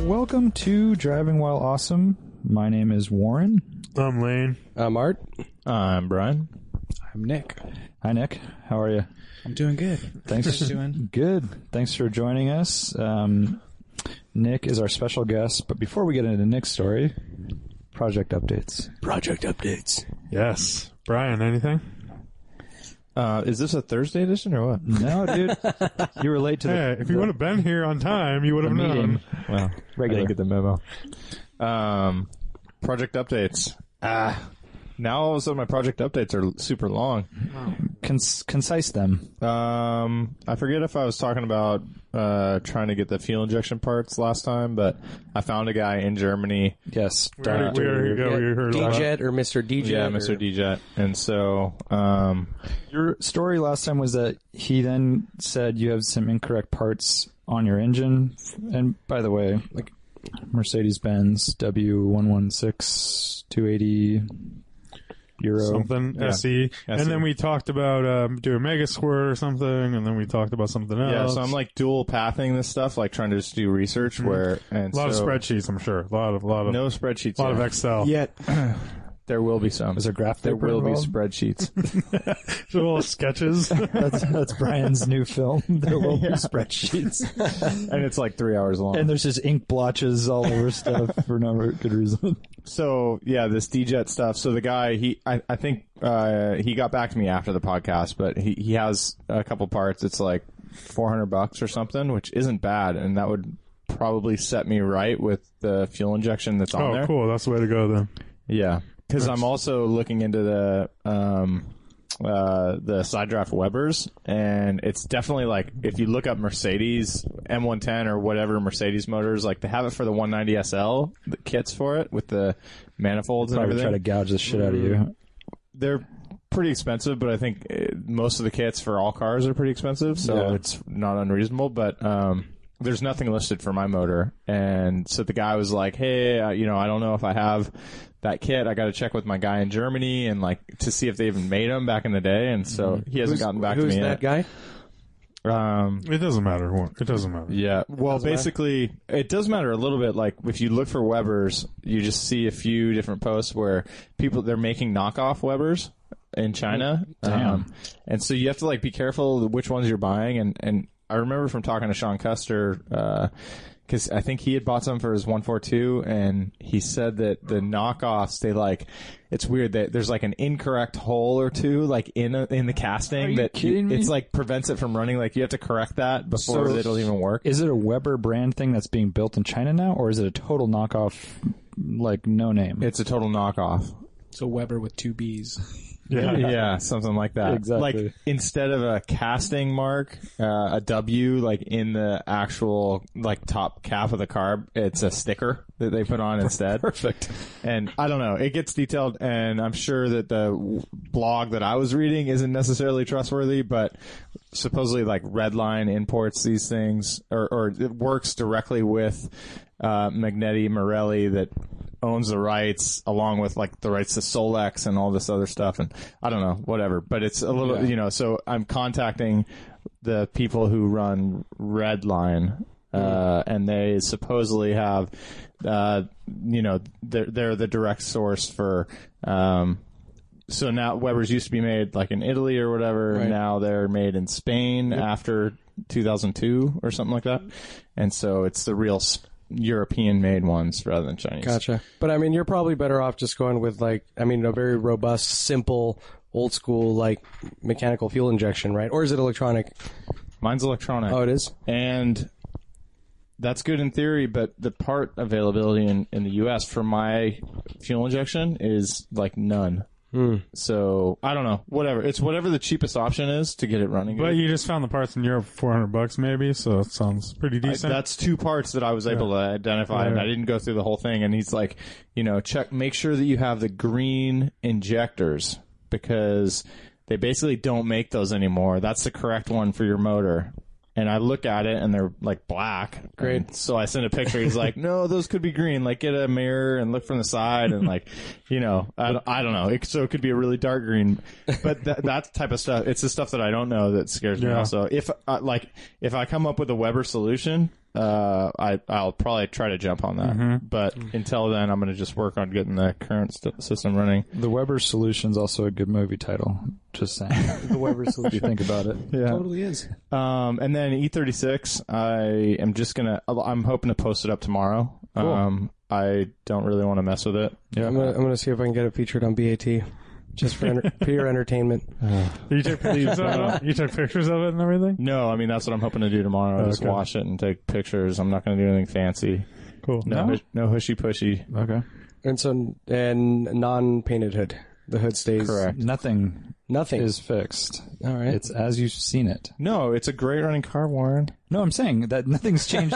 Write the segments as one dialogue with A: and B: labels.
A: Welcome to Driving While Awesome. My name is Warren.
B: I'm Lane.
C: I'm Art.
D: I'm Brian.
E: Uh, I'm Nick.
A: Hi, Nick. How are you?
E: I'm doing good.
A: Thanks.
E: doing?
A: Good. Thanks for joining us. Um, Nick is our special guest, but before we get into Nick's story, project updates.
C: Project updates.
B: Yes. Brian, anything?
D: Uh, is this a Thursday edition or what?
A: No, dude, you were late to the,
B: Hey, if you would have been here on time, you would have known.
A: meeting.
D: Well,
A: Regular.
D: I didn't get the memo. Um, project updates. Ah, now all of a sudden my project updates are l- super long.
A: Cons- concise them.
D: Um, I forget if I was talking about uh, trying to get the fuel injection parts last time, but I found a guy in Germany.
A: Yes.
B: We already, we already, yeah, we heard a lot.
C: DJ or Mr. DJ.
D: Yeah, Mr. DJet. And so, um,
A: Your story last time was that he then said you have some incorrect parts on your engine. And by the way, like Mercedes Benz W116 280 Euro.
B: Something
D: Yeah.
B: SE, E. and
D: SE.
B: then we talked about um, doing Mega Squirt or something, and then we talked about something else.
D: yeah, so I'm like dual pathing this stuff, like trying to just do research where, and
B: a lot
D: so-
B: of spreadsheets, I'm sure. A lot of, lot of,
D: No spreadsheets.
B: lot of
D: yet.
B: Excel.
C: Yet.
D: There will be some.
A: Is there graph
D: There
A: paper
D: will
A: involved?
D: be spreadsheets.
B: So little sketches.
A: That's, that's Brian's new film. There will be spreadsheets.
D: and it's like three hours long.
A: And there's just ink blotches all over stuff for no good reason.
D: so yeah, this DJet stuff. So the guy, he, I, I think, uh, he got back to me after the podcast, but he, he has a couple parts. It's like 400 bucks or something, which isn't bad. And that would probably set me right with the fuel injection that's on
B: oh,
D: there.
B: cool. That's the way to go then.
D: Yeah. Cause I'm also looking into the, um, uh, the side draft Webers, and it's definitely like if you look up Mercedes M110 or whatever Mercedes motors, like they have it for the 190 SL, the kits for it with the manifolds and
A: Probably try
D: everything.
A: to gouge the shit out of you.
D: They're pretty expensive, but I think uh, most of the kits for all cars are pretty expensive, so
A: Yeah.
D: it's not unreasonable. But um, there's nothing listed for my motor, and so the guy was like, "Hey, uh, you know, I don't know if I have." That kit, I got to check with my guy in Germany and like to see if they even made them back in the day, and so he hasn't
C: Mm-hmm. Who's,
D: gotten back
C: who's
D: to me yet.
C: that guy?
D: Um,
B: It doesn't matter. Warren. It doesn't matter.
D: yeah. Well, basically, it does matter a little bit. Like if you look for Webers, you just see a few different posts where people they're making knockoff Webers in China. Um, and so you have to like be careful which ones you're buying. And and I remember from talking to Sean Custer. Uh, because I think he had bought some for his 142, and he said that the knockoffs they like, it's weird that there's like an incorrect hole or two like in a, in the casting that
A: kidding me?
D: it's like prevents it from running. Like you have to correct that before
A: So-
D: it'll even work.
A: Is it a Weber brand thing that's being built in China now, or is it a total knockoff, like no name?
D: It's a total knockoff.
E: So Weber with two B's.
D: Yeah, something like that.
A: Exactly.
D: Like instead of a casting mark, uh, a W, like in the actual like top calf of the car, it's a sticker that they put on instead. Perfect. And I don't know. It gets detailed, and I'm sure that the w- blog that I was reading isn't necessarily trustworthy, but supposedly like Redline imports these things, or or it works directly with uh, Magnetti Morelli that owns the rights along with like the rights to Solex and all this other stuff and I don't know whatever but it's a little you know so I'm contacting the people who run Redline uh, and they supposedly have uh, you know they're, they're the direct source for um, so now Weber's used to be made like in Italy or whatever.
C: Right.
D: Now they're made in Spain after 2002 or something like that. And so it's the real European made ones rather than Chinese.
C: Gotcha. But I mean, you're probably better off just going with like, I mean, a very robust, simple, old school, like mechanical fuel injection, right? Or is it electronic?
D: Mine's electronic.
C: Oh, it is.
D: And that's good in theory, but the part availability in, in the U.S. for my fuel injection is like none.
C: Hmm.
D: So I don't know. Whatever. It's whatever the cheapest option is to get it running.
B: But you just found the parts in Europe for 400 bucks, maybe. So it sounds pretty decent.
D: That's two parts that I was able to identify, and I didn't go through the whole thing. And he's like, you know, check, make sure that you have the green injectors because they basically don't make those anymore. That's the correct one for your motor. And I look at it, and they're like black. Great. so I send a picture. He's like, no, those could be green. Like, get a mirror and look from the side, and like, you know, I don't, I don't know. It, so it could be a really dark green, but that, that type of stuff. It's the stuff that I don't know that scares me.
B: Yeah.
D: Also, so if uh, like if I come up with a Weber solution, uh, I I'll probably try to jump on that. But
C: Mm-hmm.
D: until then, I'm going to just work on getting the current st- system running.
A: The Weber Solution's also a good movie title. Just saying. if
C: The Weber
A: you
C: solution.
A: think about it.
D: Yeah.
E: Totally is.
D: Um, and then E36, I am just gonna. I'm hoping to post it up tomorrow. Um, I don't really want to mess with it.
C: I'm gonna, I'm gonna see if I can get it featured on BAT, just for enter- pure entertainment.
B: You took pictures of it. You took pictures of it and everything.
D: No, I mean that's what I'm hoping to do tomorrow. Just
B: Okay.
D: watch it and take pictures. I'm not going to do anything fancy.
B: Cool.
D: No, no, hushy pushy.
A: Okay.
C: And so, and non-painted hood. The hood stays
D: Correct.
A: Nothing
C: Nothing.
A: is fixed.
C: All right.
A: It's as you've seen it.
D: No, it's a great running car, Warren.
A: No, I'm saying that nothing's changed.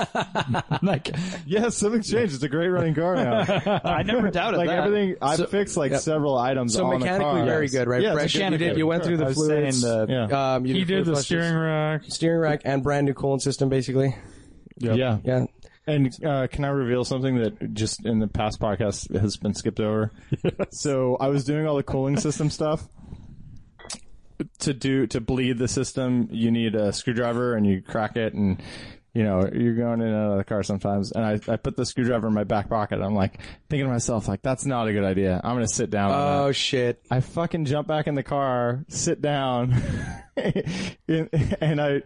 A: like,
D: Yes, something's changed. It's a great running car now.
A: I never doubted
D: like everything, I fixed like several items.
C: so
D: on the
C: mechanically
D: car.
C: very good, right?
D: Yeah,
C: Fresh.
D: it's
C: You
D: mechanically
C: did. You went through
A: I
C: the
A: was saying
C: fluids.
A: the
D: Yeah,
C: Um, you
B: He did
C: fluid
B: the
C: flushes.
B: steering rack.
C: steering rack, and brand new coolant system, basically.
D: yeah.
C: Yeah.
D: And uh, can I reveal something that just in the past podcast has been skipped over? So I was doing all the cooling system stuff. To do to bleed the system, you need a screwdriver and you crack it, and you know you're going in and out of the car sometimes. And I, I put the screwdriver in my back pocket. I'm like thinking to myself, like that's not a good idea. I'm gonna sit down. on that.
C: Oh shit.
D: I fucking jump back in the car, sit down, and and I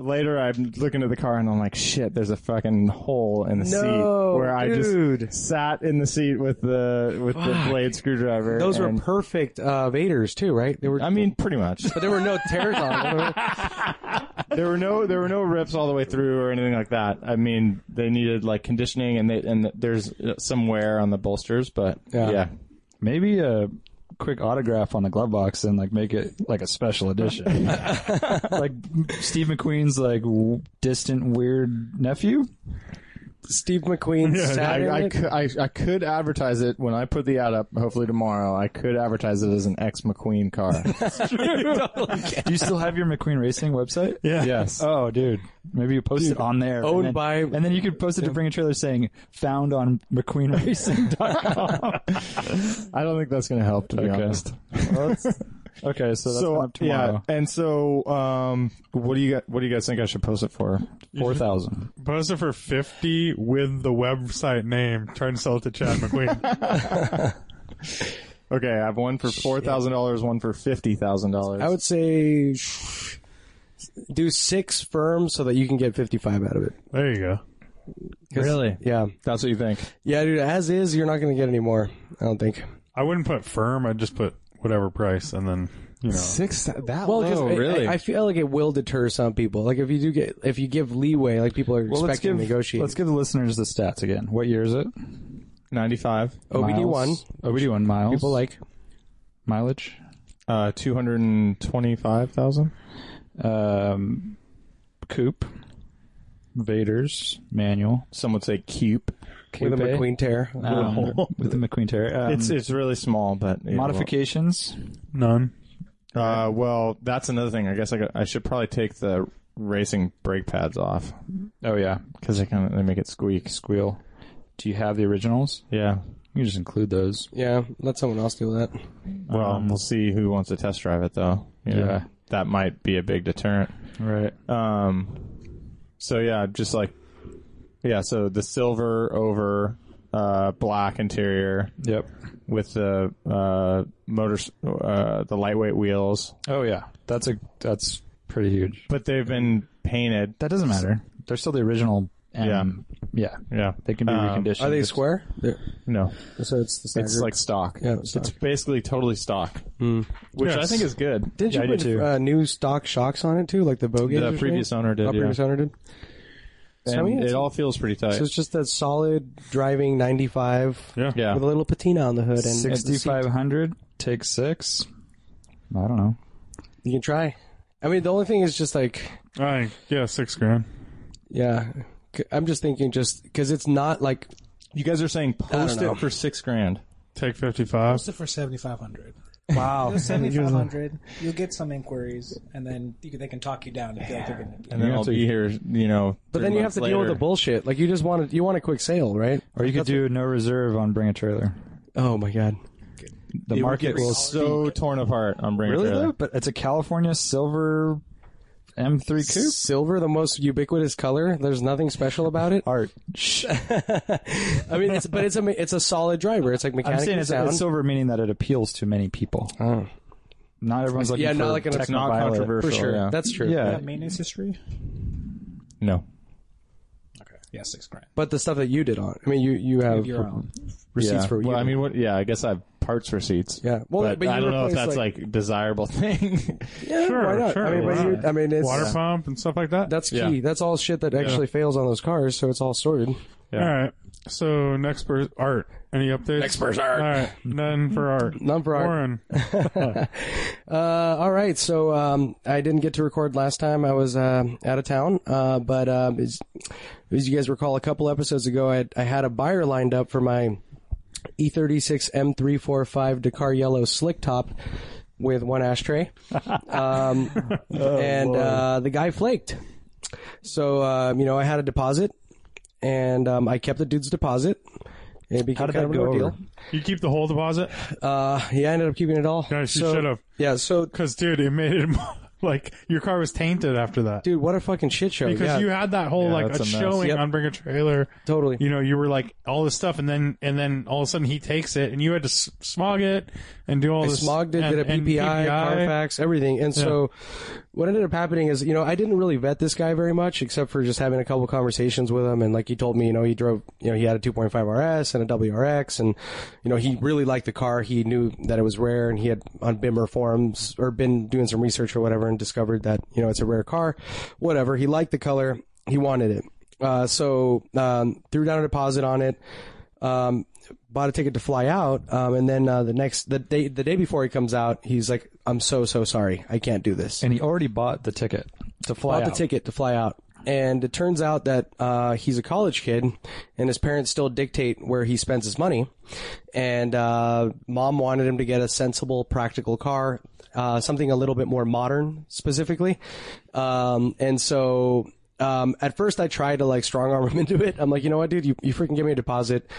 D: later I'm looking at the car and I'm like, shit, there's a fucking hole in the
C: No,
D: seat where I
C: dude.
D: just sat in the seat with the with the blade screwdriver.
C: Those were
D: and-
C: perfect uh, Vaders too, right? They were.
D: I mean, pretty much.
C: but there were no tears on them.
D: there were no there were no rips all the way through or anything like that. I mean, they needed like conditioning and they and there's uh, some wear on the bolsters, but
C: Yeah.
D: yeah.
A: maybe a quick autograph on the glove box and like make it like a special edition. like Steve McQueen's like w- distant weird nephew.
C: Steve McQueen sat in
D: I, I,
C: it.
D: could, I, I could advertise it when I put the ad up, hopefully tomorrow. I could advertise it as an ex McQueen car.
A: Do you still have your McQueen Racing website?
B: Yeah.
D: yes.
A: Oh, dude. Maybe you post it on there.
C: owned
A: and then,
C: by-
A: and then you could post it to bring a trailer saying "found on McQueenRacing.com."
D: I don't think that's going to help, to be honest.
A: well, that's- okay, so that's coming
D: So
A: up tomorrow.
D: yeah, and so um, what do you gu- what do you guys think I should post it for?
A: Four thousand.
B: Post it for fifty with the website name. Trying to sell it to Chad McQueen.
D: Okay, I have one for four thousand dollars, one for fifty thousand dollars.
C: I would say sh- do six firms so that you can get 55 out of it.
B: there you go.
C: 'Cause-
D: Really?
C: Yeah.
D: That's what you think?
C: Yeah, dude. As is, you're not going to get any more. I don't think.
B: I wouldn't put firm. I'd just put whatever price, and then you know.
D: Six that
C: Well, 'cause I- I, I feel like it will deter some people. Like if you do get, if you give leeway, like people are
A: Well, let's
C: expecting
A: give
C: to negotiate.
A: let's give the listeners the stats again. What year is it?
D: ninety five,
C: OBD one.
A: Miles. OBD one miles.
C: People like
A: mileage.
D: uh, two hundred and twenty five thousand.
A: um, coupe, Vader's manual
D: Some would say cube.
C: with a
A: coupe.
C: McQueen tear.
A: Um, with the McQueen Terry. Um,
D: It's it's really small, but yeah, well-
A: modifications.
B: None.
D: Uh, well, that's another thing. I guess I, got, I should probably take the racing brake pads off
A: Oh yeah,
D: because they kind of they make it squeak.
A: squeal. Do you have the originals?
D: Yeah.
A: You can just include those.
C: Yeah, let someone else do that.
D: Well, Um, we'll see who wants to test drive it though. You know,
A: Yeah.
D: that might be a big deterrent.
A: Right.
D: Um, so yeah, just like yeah, so the silver over uh black interior
A: Yep.
D: with the uh motors uh the lightweight wheels,
A: Oh yeah, that's a that's pretty huge.
D: but they've been painted.
A: That doesn't matter. They're still the original. M. Yeah. Yeah.
D: Yeah,
A: They can be
D: Um,
A: reconditioned.
C: Are they
A: Just-
C: square? They're-
D: no.
C: so it's the
D: It's like stock.
C: Yeah,
D: it's,
C: stock.
D: basically totally stock, which I
B: Yes.
D: think is good.
C: Didn't you
A: Yeah, I
C: put
A: do too.
C: Uh, new stock shocks on it too, like the bow gauge?
D: the
C: or
D: previous
C: something?
D: owner did.
C: Oh,
D: yeah.
C: previous owner did. So, I mean,
D: And
C: it's-
D: it all feels pretty tight.
C: so it's just that solid driving 95
B: Yeah.
D: yeah,
C: with a little patina on the hood, and
A: Sixty-five hundred. Take six. I don't know.
C: you can try. I mean, the only thing is just like,
B: I yeah, six grand.
C: yeah, C- I'm just thinking just because it's not like
D: you guys are saying post
C: know.
D: it for six grand.
B: Take fifty five.
E: Post it for 7500
C: wow.
E: Seventy five hundred. You'll get some inquiries, and then you can, they can talk you down if they're thinking.
D: And then
A: have
D: I'll
A: to-
D: be here, you know.
C: but then you have to deal with the bullshit. Like you just want to, you want a quick sale, right?
A: Or you could do no reserve on bring a trailer.
C: Oh my god.
A: The market will
D: so torn apart on bringing
A: Really though, but it's a California silver M3 coupe.
C: Silver, the most ubiquitous color. There's nothing special about it.
A: Art. Shh.
C: I mean, it's but it's a it's a solid driver. It's like
A: I'm saying
C: mechanical
A: it's,
C: sound.
A: it's silver, meaning that it appeals to many people.
D: Oh.
A: Not everyone's looking
C: yeah,
A: for
C: not like an
A: techno
C: it's not
A: violet.
D: controversial.
C: for sure,
D: yeah.
C: that's true.
A: Yeah.
E: That maintenance history.
D: No.
E: Okay. Yeah, six grand.
C: But the stuff that you did on, I mean, you you have
E: Your own.
C: receipts
D: yeah.
C: for
D: well,
C: you.
D: I mean, what, yeah, I guess I have parts receipts.
C: Yeah. Well,
D: but,
C: but you
D: I don't know if
C: replace,
D: that's like, desirable thing.
C: yeah,
B: Sure,
C: why not?
B: sure,
C: I mean, but
B: why
C: you,
B: not?
C: I mean, it's uh,
B: Water pump and stuff like that.
C: that's key.
D: Yeah.
C: That's all shit that actually fails on those cars, so it's all sorted.
D: Yeah.
B: All right. So next person, art. Any updates? Next person, art. All right. None for art.
C: None for art.
B: Warren.
C: Uh, all right, so um, I didn't get to record last time. I was uh, out of town, uh, but uh, as, as you guys recall, a couple episodes ago, I, I had a buyer lined up for my E E36 M345 Dakar Yellow Slick Top with one ashtray, um,
A: Oh,
C: and uh, the guy flaked. So um, you know, I had a deposit, and um, I kept the dude's deposit. It became
A: did
C: kind of
A: that
C: an
A: go over?
C: ordeal.
B: You keep the whole deposit?
C: Uh, yeah, I ended up keeping it all.
B: Guys, you
C: So-
B: should've.
C: Yeah, so
B: Because, dude, it made it mo- like your car was tainted after that.
C: dude, what a fucking shit show.
B: because
C: yeah,
B: you had that whole like
D: that's
B: a,
D: a mess.
B: showing
C: Yep.
B: on Bring a Trailer.
C: totally.
B: You know, you were like all this stuff, and then and then all of a sudden he takes it, and you had to s- smog it and do all
C: I
B: this.
C: smogged it,
B: and,
C: did a
B: and
C: PPI, Carfax, everything. And so what ended up happening is, you know, I didn't really vet this guy very much except for just having a couple conversations with him. And like he told me, you know, he drove, you know, he had a 2.5 RS and a WRX and, you know, he really liked the car. He knew that it was rare and he had on Bimmer forums or been doing some research or whatever and discovered that, you know, it's a rare car, whatever. He liked the color. He wanted it. Uh, so, um, threw down a deposit on it um, bought a ticket to fly out, um, and then uh, the next the day the day before he comes out, he's like, "I'm so so sorry, I can't do this."
A: And he already bought the ticket to fly
C: bought the
A: out.
C: ticket to fly out, and it turns out that uh, he's a college kid, and his parents still dictate where he spends his money. And uh, mom wanted him to get a sensible, practical car, uh, something a little bit more modern, specifically. Um, and so. Um, at first I tried to like strong arm him into it. I'm like, you know what, dude, you, you freaking give me a deposit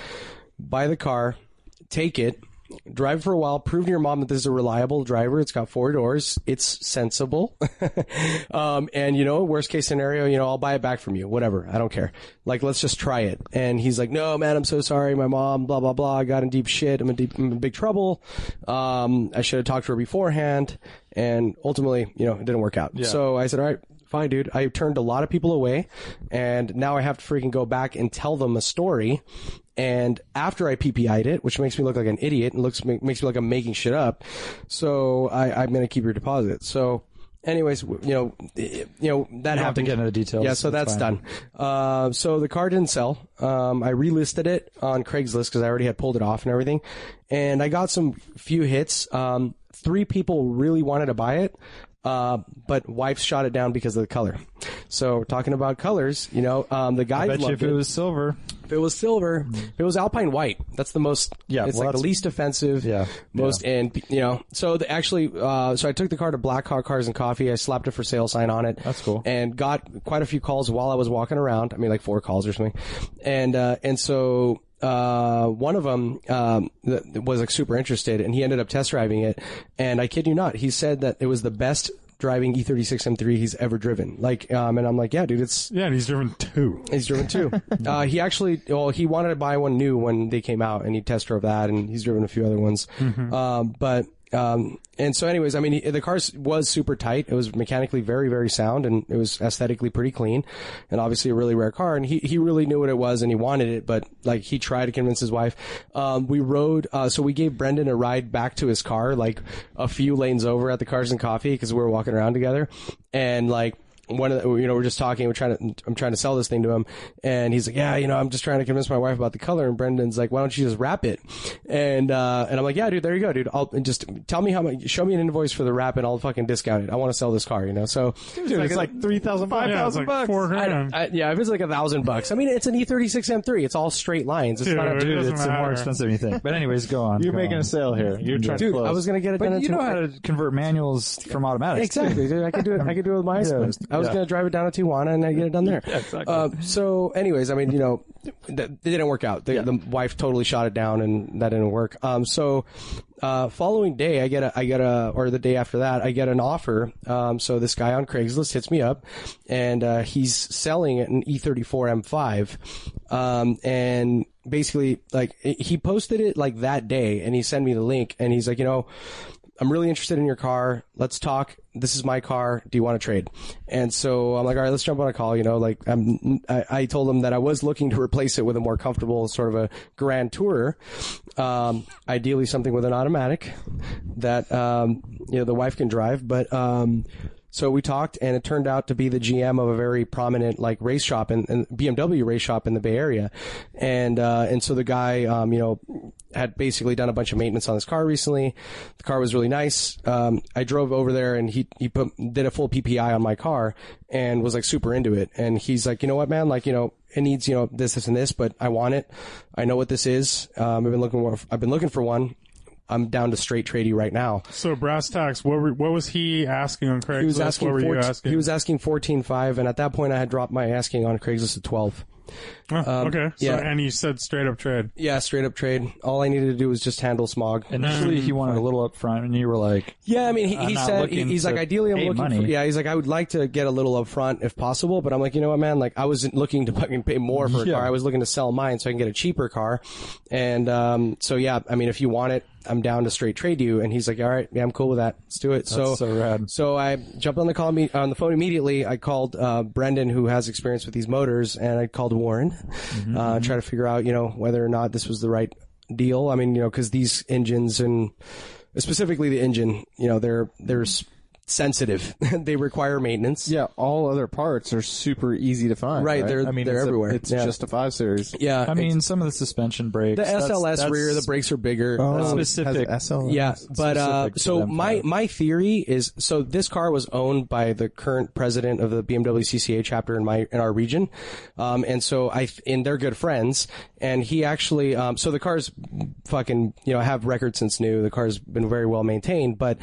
C: buy the car, take it, drive for a while, prove to your mom that this is a reliable driver. It's got four doors. It's sensible. um, and you know, worst case scenario, you know, I'll buy it back from you, whatever. I don't care. Like, let's just try it. And he's like, no, man, I'm so sorry. My mom, blah, blah, blah. I got in deep shit. I'm in deep, I'm in big trouble. Um, I should have talked to her beforehand. And ultimately, you know, it didn't work out. So I said, all right, fine, dude. I turned a lot of people away, and now I have to freaking go back and tell them a story. And after I PPI'd it, which makes me look like an idiot and looks ma- makes me like I'm making shit up, so I, I'm gonna keep your deposit. So, anyways, w- you know, i- you know that
A: don't have to
C: happened.
A: get into the details.
C: Yeah, so
A: It's
C: that's
A: fine.
C: done. Uh, so the car didn't sell. Um, I relisted it on Craigslist because I already had pulled it off and everything, and I got some few hits. Um, three people really wanted to buy it, uh, but wife shot it down because of the color. So we're talking about colors. You know, um, the guy
A: Bet you if
C: loved
A: it was silver,
C: if it was silver, if it was alpine white, that's the most.
A: Mm-hmm. Yeah,
C: it's
A: well,
C: like the
A: that's-
C: least offensive.
A: Yeah,
C: most and you know. So the, actually, uh, so I took the car to Black Hawk Cars and Coffee. I slapped a for sale sign on it. That's
A: cool.
C: And got quite a few calls while I was walking around. I mean, like four calls or something. And uh, and so uh, one of them um, th- was like super interested, and he ended up test driving it. And I kid you not, he said that it was the best driving E E36 M3 he's ever driven. Like, um, and I'm like, yeah, dude, it's
B: Yeah, and he's driven two.
C: He's driven two. uh, he actually, well, he wanted to buy one new when they came out, and he test drove that, and he's driven a few other ones. Um, but um, and so, anyways, I mean, he, the car s- was super tight. It was mechanically very, very sound, and it was aesthetically pretty clean, and obviously a really rare car. And he he really knew what it was, and he wanted it, but like he tried to convince his wife. Um, we rode, uh, so we gave Brendan a ride back to his car, like a few lanes over at the Cars and Coffee, because we were walking around together, and like one of the, you know we're just talking we're trying to i'm trying to sell this thing to him and he's like yeah you know i'm just trying to convince my wife about the color and brendan's like why don't you just wrap it and uh and i'm like yeah dude there you go dude i'll and just tell me how much show me an invoice for the wrap and i'll fucking discount it i want to sell this car you know so
D: Dude, it's like 3,000,
B: Yeah, it's
D: 5,000
B: like
D: bucks.
B: four grand.
C: I, yeah if it's like a thousand bucks i mean it's an E e36 m3 it's all straight lines it's not a
B: Dude,
A: dude,
B: doesn't
A: it's more
B: matter.
A: expensive than you think. But anyways, go on.
D: You're
A: go
D: making
A: on.
D: a sale here. You're trying
C: dude
D: to close.
C: i was gonna get it done
A: But you
C: into
A: know how to convert manuals from automatics.
C: Exactly, dude. I could do it. I could do it with my. I was going to drive it down to Tijuana and I get it done there.
A: exactly.
C: Uh, so, anyways, I mean, you know, th- they didn't work out. The, the wife totally shot it down, and that didn't work. Um, so, uh, following day, I get a, I get a, or the day after that, I get an offer. Um, so this guy on Craigslist hits me up, and uh, he's selling an E E34 M5, um, and basically, like, he posted it like that day, and he sent me the link, and he's like, you know. I'm really interested in your car. Let's talk. This is my car. Do you want to trade? And so I'm like, all right, let's jump on a call. You know, like I'm, I, I told him that I was looking to replace it with a more comfortable sort of a grand tourer. Um, ideally something with an automatic that, um, you know, the wife can drive, but, um, so we talked and it turned out to be the GM of a very prominent like race shop and, and BMW race shop in the Bay Area. And, uh, and so the guy, um, you know, had basically done a bunch of maintenance on his car recently. The car was really nice. Um, I drove over there and he, he put, did a full PPI on my car and was like super into it. And he's like, you know what, man? Like, you know, it needs, you know, this, this and this, but I want it. I know what this is. Um, I've been looking, for- I've been looking for one. I'm down to straight tradie right now.
B: So brass tacks. What were, what was he asking on Craigslist?
C: He was asking.
B: what were
C: 14,
B: you asking?
C: He was asking fourteen five, and at that point, I had dropped my asking on Craigslist to twelve.
B: Oh, okay. So,
C: um, yeah.
B: and you said straight up trade.
C: Yeah, straight up trade. All I needed to do was just handle smog.
A: Initially, he wanted a little up front, and you were like,
C: yeah, I mean, he, he
A: not
C: said he-
A: looking
C: he's
A: to
C: like, ideally, I'm
A: pay
C: looking. For,
A: money.
C: yeah, he's like, I would like to get a little upfront if possible, but I'm like, you know what, man? Like, I wasn't looking to fucking pay more for a
A: Yeah.
C: car. I was looking to sell mine so I can get a cheaper car. And um, so yeah, I mean, if you want it, I'm down to straight trade you. And he's like, all right, yeah, I'm cool with that. Let's do it. so
A: so rad.
C: So I jumped on the call me on the phone immediately. I called uh, Brendan, who has experience with these motors, and I called Warren, uh, try to figure out you know whether or not this was the right deal. I mean, you know, because these engines and specifically the engine, you know, they're they're s- sensitive. they require maintenance.
D: Yeah, all other parts are super easy to find.
C: Right, they're-
D: I mean,
C: they're
D: it's a-
C: everywhere.
D: it's
C: Yeah.
D: just a five series.
C: yeah.
A: I mean, some of the suspension brakes.
C: the
A: that's-
C: SLS
A: that's-
C: rear, the brakes are bigger.
A: That's
D: Oh, it
A: specific.
D: has SLS.
C: Yeah, but uh,
A: specific to
C: so
A: them,
C: my
A: right?
C: my theory is so this car was owned by the current president of the BMW CCA chapter in my in our region, um, and so I and they're good friends, and he actually um, so the car's fucking you know have records since new. The car's been very well maintained, but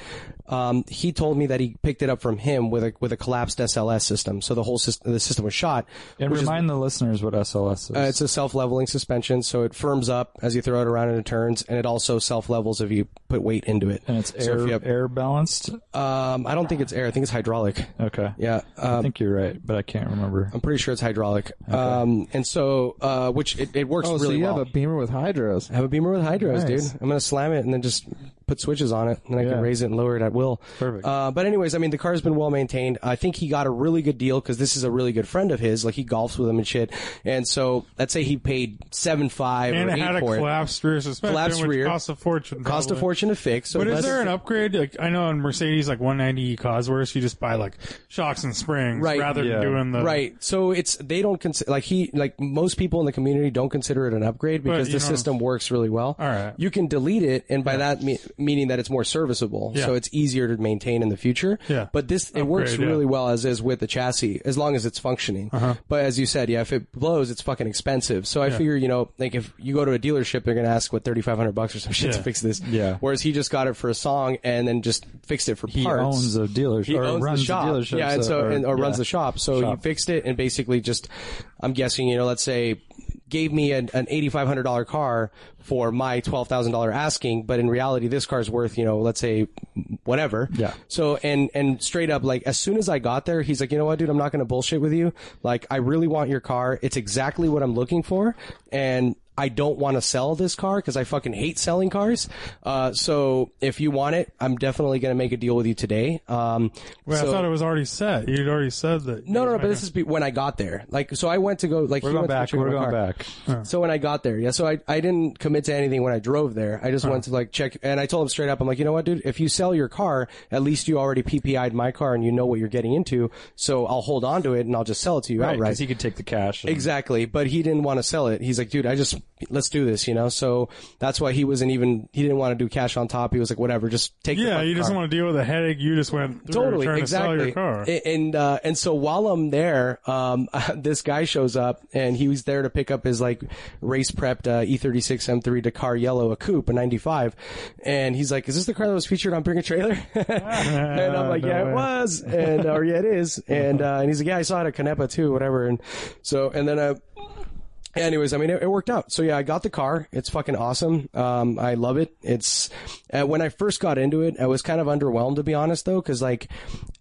C: um, he told me that he picked it up from him with a with a collapsed SLS system. So the whole system the system was shot.
A: And remind the listeners what SLS is.
C: Uh, it's a self-leveling suspension, so it firms up as you throw it around and it turns, and it also self-levels if you put weight into it.
A: and it's
C: So if
A: air
C: you have-
A: air balanced.
C: Um, I don't think it's air. I think it's hydraulic.
A: Okay.
C: Yeah,
A: I
C: um,
A: think you're right, but I can't remember.
C: I'm pretty sure it's hydraulic. Um, and so, uh, which it, it works
D: Oh, so
C: really
D: you
C: well.
D: have a Beamer with hydros.
C: I have a beamer with hydros,
D: Nice.
C: dude. I'm gonna slam it and then just put switches on it, and then I
D: Yeah.
C: can raise it and lower it at will.
A: Perfect.
C: Uh, but anyways, I mean, the car's been well maintained. I think he got a really good deal because this is a really good friend of his. Like he golfs with him and shit. And so, let's say he paid seven five
B: And
C: or
B: it
C: eight
B: had a
C: for it.
B: collapsed rear suspension,
C: Collapsed
B: which
C: rear.
B: cost a fortune.
C: Cost a
B: probably.
C: fortune to fix. So
B: But is
C: let's-
B: there an uh, upgrade? Like I know on Mercedes, like 190 Cosworth, you just buy like shocks and springs
C: Right.
B: rather
A: Yeah.
B: than doing the
C: Right. So it's they don't consider like he like most people in the community don't consider it an upgrade because
B: you
C: the
B: don't-
C: system works really well.
B: All right.
C: You can delete it, and by that me- meaning that it's more serviceable,
B: Yeah.
C: so it's easier to maintain in the future.
B: Yeah.
C: But this it works
B: Upgrade, yeah. Uh-huh.
C: really well as is with the chassis as long as it's functioning. But as you said, yeah, if it blows, it's fucking expensive. So I figure you know like if you go to a dealership, they're gonna ask what thirty five hundred bucks or some shit to
B: Yeah.
C: fix this.
A: Yeah.
C: Whereas he just got it for a song and then just fixed it for
A: He
C: parts
A: owns a dealership
C: he
A: or
C: owns
A: runs
C: the shop.
A: a dealership.
C: yeah, and so, and, or runs the shop. So
A: Shop.
C: he fixed it and basically just, I'm guessing, you know, let's say gave me an, an $8,500 car for my $12,000 asking, but in reality, this car's worth, you know, let's say whatever.
A: Yeah.
C: So, and, and straight up, like, as soon as I got there, he's like, you know what, dude, I'm not going to bullshit with you. Like, I really want your car. It's exactly what I'm looking for. And, I don't want to sell this car because I fucking hate selling cars. Uh, so if you want it, I'm definitely going to make a deal with you today. Um,
B: Well,
C: so-
B: I thought it was already set. You'd already said that.
C: no, no, no, but this is be- when I got there. Like, so I went to go, like,
A: We're
C: he
A: going
C: went to go
A: back.
C: check
A: We're
C: my
A: going
C: car.
A: back.
C: So when I got there, yeah, so I, I didn't commit to anything when I drove there. I just went to like check, and I told him straight up, I'm like, you know what, dude, if you sell your car, at least you already PPI'd my car and you know what you're getting into, so I'll hold on to it and I'll just sell it to you
A: Right,
C: outright.
A: because he could take the cash. and-
C: Exactly, but he didn't want to sell it. He's like, dude, I just let's do this, you know? So that's why he wasn't even, he didn't want to do cash on top. He was like, whatever, just take the
B: Yeah,
C: fucking
B: you just
C: car.
B: want to deal with a headache. You just went through
C: Totally,
B: trying to sell
C: exactly.
B: your car.
C: A- And uh, and so while I'm there, um, this guy shows up and he was there to pick up his like race prepped uh, E36 M3 Dakar Yellow, a coupe, a '95, and he's like, "Is this the car that was featured on Bring a Trailer?" and I'm like,
B: no
C: "Yeah,
B: way."
C: it was," and or yeah, it is, and uh, and he's like, "Yeah, I saw it at Canepa too, whatever." And so and then I anyways, I mean, it, it worked out. So yeah, I got the car. It's fucking awesome. Um, I love it. It's uh, when I first got into it, I was kind of underwhelmed to be honest though, because like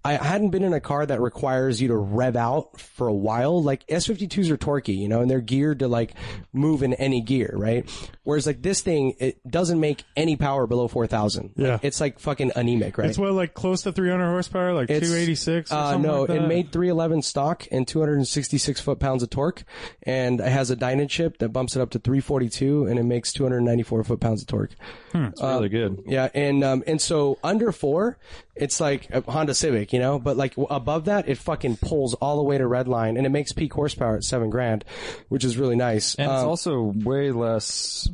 C: I hadn't been in a car that requires you to rev out for a while. Like S52s are torquey, you know, and they're geared to like move in any gear, right? Whereas like this thing, it doesn't make any power below 4,000. Like,
B: Yeah.
C: it's like fucking anemic, right?
B: It's what like close to 300 horsepower, like
C: It's-
B: 286. Or
C: Uh,
B: something
C: no,
B: like
C: it
B: that.
C: made 311 stock and 266 foot pounds of torque, and it has a Dyna chip that bumps it up to 342, and it makes 294 foot pounds of torque.
B: Hmm.
A: It's
C: uh,
A: really good.
C: Yeah, and um, and so under four, it's like a Honda Civic, you know, but like w- above that, it fucking pulls all the way to red line, and it makes peak horsepower at seven grand, which is really nice.
A: And
C: Um,
A: it's also way less,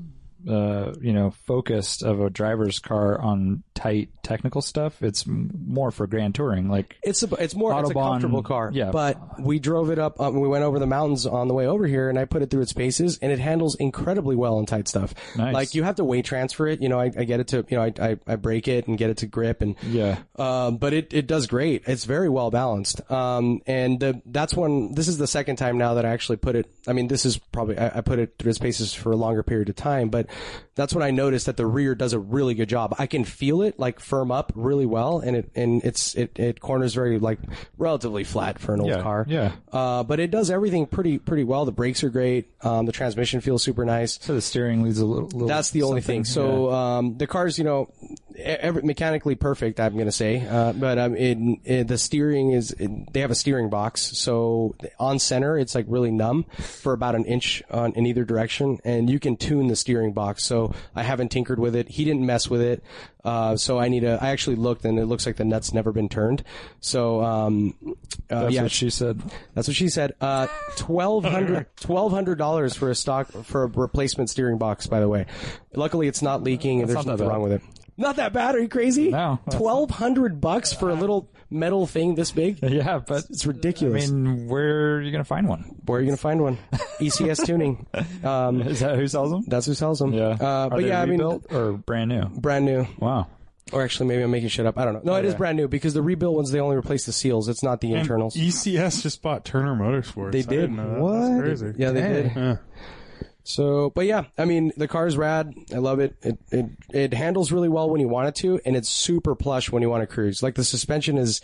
A: uh, you know, focused of a driver's car on tight technical stuff. It's m- more for grand touring. Like,
C: It's a, it's more it's a
A: Autobahn,
C: comfortable car.
A: yeah.
C: But we drove it up. Um, we went over the mountains on the way over here, and I put it through its paces, and it handles incredibly well in tight stuff.
A: Nice.
C: Like you have to weight transfer it. You know, I, I get it to you know I, I I break it and get it to grip and
A: Yeah.
C: Um, but it it does great. It's very well balanced. Um, and the, that's one. This is the second time now that I actually put it. I mean, this is probably I, I put it through its paces for a longer period of time, but that's when I noticed that the rear does a really good job. I can feel it like firm up really well, and it and it's it it corners very like relatively flat for an old car.
A: yeah.
C: Uh, but it does everything pretty pretty well. The brakes are great. Um, the transmission feels super nice.
A: so the steering leads a little. little
C: That's the only
A: something.
C: thing. So um, the car's, you know, e- every, mechanically perfect. I'm gonna say, uh, but um, it, it, the steering is it, they have a steering box. So on center, it's like really numb for about an inch on in either direction, and you can tune the steering box. So I haven't tinkered with it. He didn't mess with it. Uh, so I need to. I actually looked, and it looks like the nut's never been turned. So um, uh,
A: That's
C: yeah,
A: what she said.
C: that's what she said. Uh, twelve hundred, twelve hundred dollars for a stock for a replacement steering box. By the way, luckily it's not leaking and there's
A: not that
C: nothing wrong with it. Not that bad. Are you crazy?
A: No.
C: Twelve hundred bucks for a little metal thing this big.
A: Yeah, but
C: It's ridiculous.
A: I mean, where are you going to find one?
C: Where are you gonna find one? ECS tuning. Um,
A: Is that who sells them?
C: that's who sells them.
A: yeah.
C: Uh,
A: Are
C: but
A: they
C: yeah,
A: rebuilt
C: I mean,
A: or brand new?
C: brand new.
A: Wow.
C: Or actually, maybe I'm making shit up. I don't know. No, it is brand new because the rebuilt ones they only replace the seals. It's not the
B: And
C: internals.
B: ECS E just bought Turner Motorsports.
C: They
B: I
C: did.
B: didn't know that. That's
C: What?
B: crazy.
C: Yeah, they did.
B: Yeah.
C: So, but yeah, I mean, the car's rad. I love it. It, it. it handles really well when you want it to, and it's super plush when you want to cruise. Like the suspension is,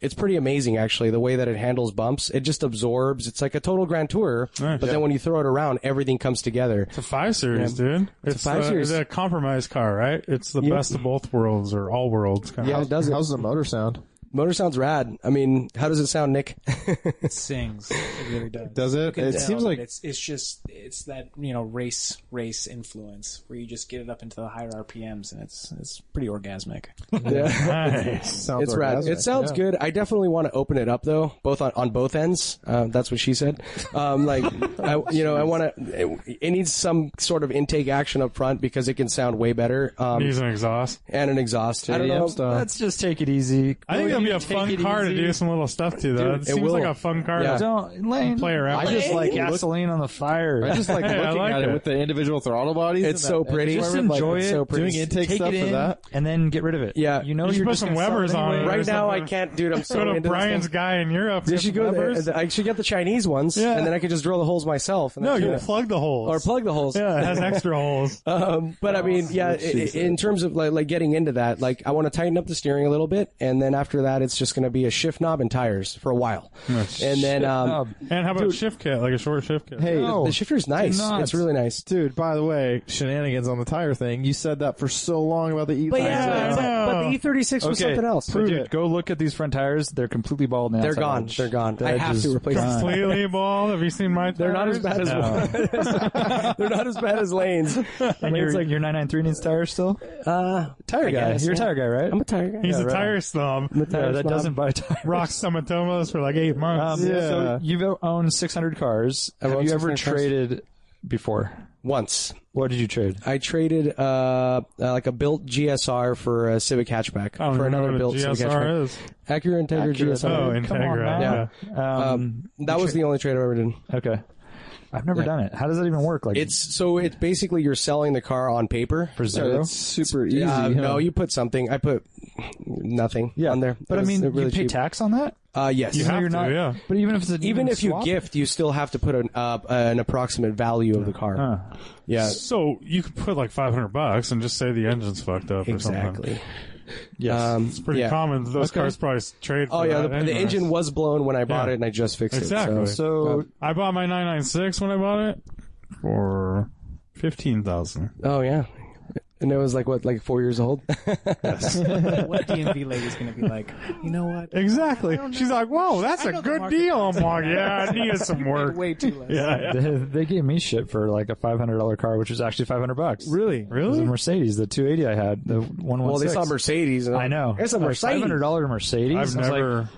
C: it's pretty amazing actually, the way that it handles bumps. It just absorbs. It's like a total grand tour, but then when you throw it around, everything comes together.
B: It's a five series, dude. It's,
C: a five
B: uh,
C: series.
B: It's a compromise car, right? It's the best of both worlds or all worlds. Kind
C: Yeah,
B: of.
C: it does it.
D: How's the motor sound?
C: Motor sounds rad. I mean, how does it sound, Nick?
E: It sings. It really does.
D: Does it? It seems like
E: it's it's just it's that you know race race influence where you just get it up into the higher RPMs and it's it's pretty orgasmic.
C: yeah.
B: Nice.
D: sounds
C: It's rad.
D: orgasmic.
C: It sounds
D: Yeah.
C: good. I definitely want to open it up though, both on, on both ends. Um, that's what she said. Um, like, I, you know, I want to. It, it needs some sort of intake action up front because it can sound way better. Um,
B: Use an exhaust.
C: and an exhaust. I don't know.
A: Let's just take it easy.
B: I think that'd be a fun car to do some little stuff to, though. it seems
C: will.
B: like a fun car
C: Yeah.
B: to
A: Don't Lane,
B: play around.
A: I
B: with.
A: just like gasoline on the fire.
D: I just like
B: Hey, I
D: looking
B: like
D: at it.
B: it.
D: with the individual throttle bodies.
C: It's
D: and
C: so
D: that- and
C: pretty.
D: where
A: just
D: it, like,
A: enjoy
D: it's
A: it.
D: so pretty. Doing intake
A: Take
D: stuff
A: it
D: for
A: in
D: that.
A: and then get rid of it.
C: Yeah.
A: you know
B: You should
A: you are
B: put
A: just
B: some
A: gonna sell it
B: Webers on
A: anyway.
B: it.
C: Right now, I
B: something.
C: can't, dude. I'm so
B: Go to
C: into this
B: Brian's
C: thing.
B: guy in Europe.
C: They should go there.
B: Webers.
C: I should get the Chinese ones,
B: Yeah.
C: and then I could just drill the holes myself. And
B: No,
C: then
B: you
C: tune it.
B: plug the holes.
C: or plug the holes.
B: Yeah, it has extra holes.
C: Um, but I mean, yeah, i- i- in terms of like, like getting into that, like I want to tighten up the steering a little bit, and then after that, it's just going to be a shift knob and tires for a while, and then um,
B: And how about shift kit, like a short shift kit?
D: Hey,
C: the shifter's nice.
A: not.
C: It's really nice.
D: dude. By the way, shenanigans on the tire thing. You said that for so long about the e.
C: But yeah,
B: I
C: but,
B: know.
C: but the E36 was
A: Okay,
C: something else.
A: but dude, Go look at these front tires. They're completely bald now.
C: They're gone. They're gone. I have to replace them.
B: Completely bald. Have you seen my?
C: They're not as bad as they're not as bad as lanes.
A: And you're, like, your 993 needs tires still?
C: Uh, tire
A: Tire guy.
C: guy.
A: You're a tire guy, right?
C: I'm a tire guy.
B: He's
C: Yeah,
B: a
C: right.
B: tire snob.
A: yeah,
C: tire
A: that
C: snob.
A: doesn't buy tires.
B: Rock Summitomas for like eight months.
A: Um, So you've owned 600 cars. Have
C: owned
A: you ever
C: 600 cars.
A: traded before?
C: once.
A: What did you trade?
C: I traded uh, uh, like a built GSR for a Civic hatchback
B: I don't
C: for
B: even know
C: another
B: what a
C: built Civic hatchback.
B: GSR is.
C: Acura Integra GSR.
B: Oh,
A: Come on
B: Integra.
A: now.
B: Yeah.
A: Um,
B: Mm-hmm.
C: that was the only trade I ever did.
A: okay. I've never done it. How does that even work? Like
C: It's so it's basically you're selling the car on paper.
A: for zero.
D: It's super easy.
C: Uh,
D: huh?
C: No, you put something. I put nothing
A: yeah,
C: on there.
A: But
C: It
A: I
C: was
A: mean,
C: really
A: you pay
C: cheap.
A: tax on that.
C: uh, yes.
B: You have
A: you're
B: to,
A: not.
B: yeah.
A: But even if it's an
C: even if you
A: swap-
C: gift, you still have to put an uh, an approximate value of the car.
A: Huh.
C: Yeah,
B: So you could put like 500 bucks and just say the engine's fucked up or something.
C: exactly.
A: yes.
C: Um,
B: It's pretty
C: yeah.
B: common. Those cars probably s- trade for
C: Oh
B: that
C: yeah, the, the
B: anyways.
C: engine was blown when I bought
B: Yeah.
C: it, and I just fixed
B: Exactly.
C: it. So.
A: so
B: I bought my 996 when I bought it for 15,000.
C: Oh yeah, and it was like what, like four years old.
E: what DMV lady's gonna be like? You know what?
B: Exactly. She's like, "Whoa, that's
E: I
B: a
E: know the
B: good
E: market
B: deal."
E: price
B: I'm like, "Yeah, I need some work."
E: Way too less.
B: Yeah, yeah.
A: they, they gave me shit for like a five hundred dollar car, which was actually five hundred bucks.
D: really.
A: It was a
B: Really?
A: Mercedes, the two eighty I had, the one one.
C: well, they saw Mercedes. And
A: I know.
C: It's a Mercedes.
A: Five hundred dollar Mercedes.
B: I've
A: I was like,
B: never,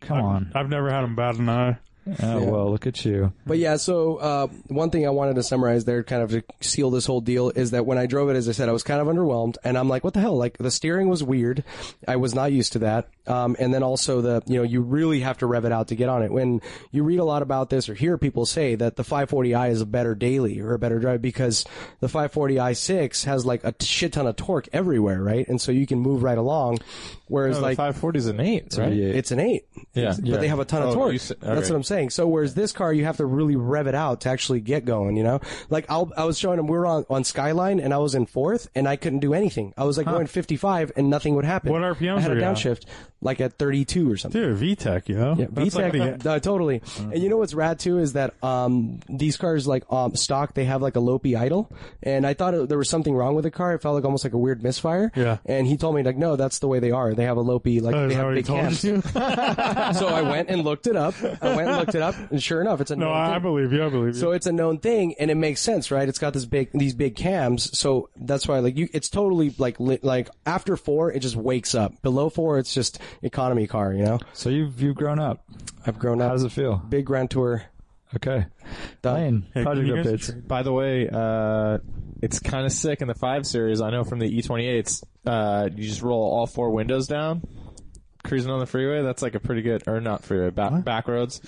A: come on.
B: I've never had them bad an eye.
A: oh well, look at you.
C: But yeah, so uh, one thing I wanted to summarize there, kind of to seal this whole deal, is that when I drove it, as I said, I was kind of underwhelmed, and I'm like, what the hell? Like the steering was weird. I was not used to that. Um, and then also the, you know, you really have to rev it out to get on it. When you read a lot about this or hear people say that the 540i is a better daily or a better drive because the 540i6 has like a t- shit ton of torque everywhere, right? And so you can move right along,
A: Oh,
D: Oh,
C: whereas like.
D: 540 is an eight, right?
A: V8.
C: It's an eight.
D: Yeah.
C: But they have a ton of
D: Oh,
C: torque.
D: you said-
C: That's
D: okay.
C: what I'm saying. So whereas this car, you have to really rev it out to actually get going, you know? Like I'll, I was showing him, we were on, on Skyline and I was in fourth and I couldn't do anything. I was like going 55 and nothing would happen.
B: What RPMs
C: I had a
B: were you at?
C: downshift like at 32 or something.
B: Dude, VTEC, yo. Yeah,
C: VTEC, uh, totally. And you know what's rad too is that um, these cars, like um, stock, they have like a lopey idle, and I thought it, there was something wrong with the car. It felt like almost like a weird misfire.
B: Yeah. Oh,
C: And he told me like, no, that's the way they are. They have a lopey, like
B: is
C: they
B: that
C: have
B: what he
C: big
B: told
C: cams.
B: you?
C: so I went and looked it up. I went and looked it up, and sure enough, it's a
B: no,
C: known
B: I, I
C: thing.
B: believe you. I believe you.
C: So it's a known thing, and it makes sense, right? It's got this big, these big cams, so that's why, like, you, it's totally like, li- like after four, it just wakes up. Below four, it's just economy car, you know.
A: So you've you've grown up.
C: I've grown up.
A: How does it feel?
C: big Grand Tour.
A: Okay. Lane,
B: Hey,
A: project
B: can you guys-
A: updates.
D: By the way, uh, it's kind of sick in the five series. I know from the E28s, uh, you just roll all four windows down, cruising on the freeway. That's like a pretty good, or not freeway, back, back roads.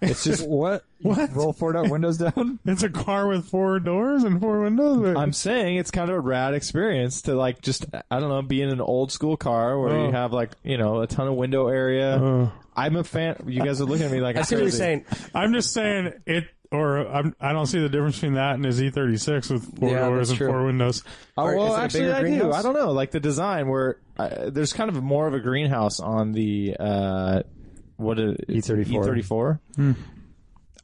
D: It's just
A: What? What? Roll four out windows down.
B: it's a car with four doors and four windows.
D: I'm saying it's kind of a rad experience to like just I don't know be in an old school car where
B: Oh.
D: you have like you know a ton of window area. I'm a fan. You guys are looking at me like I'm
C: I see what you're
D: crazy.
C: saying.
B: I'm just saying it, or I'm, I don't see the difference between that and his E36 with four
C: Yeah,
B: doors
C: that's
B: and
C: true.
B: four windows.
D: Oh,
C: Or
D: well,
C: is it a
D: actually,
C: bigger
D: I do.
C: greenhouse?
D: I don't know. Like the design where uh, there's kind of more of a greenhouse on the uh, what is
A: E34.
D: E34.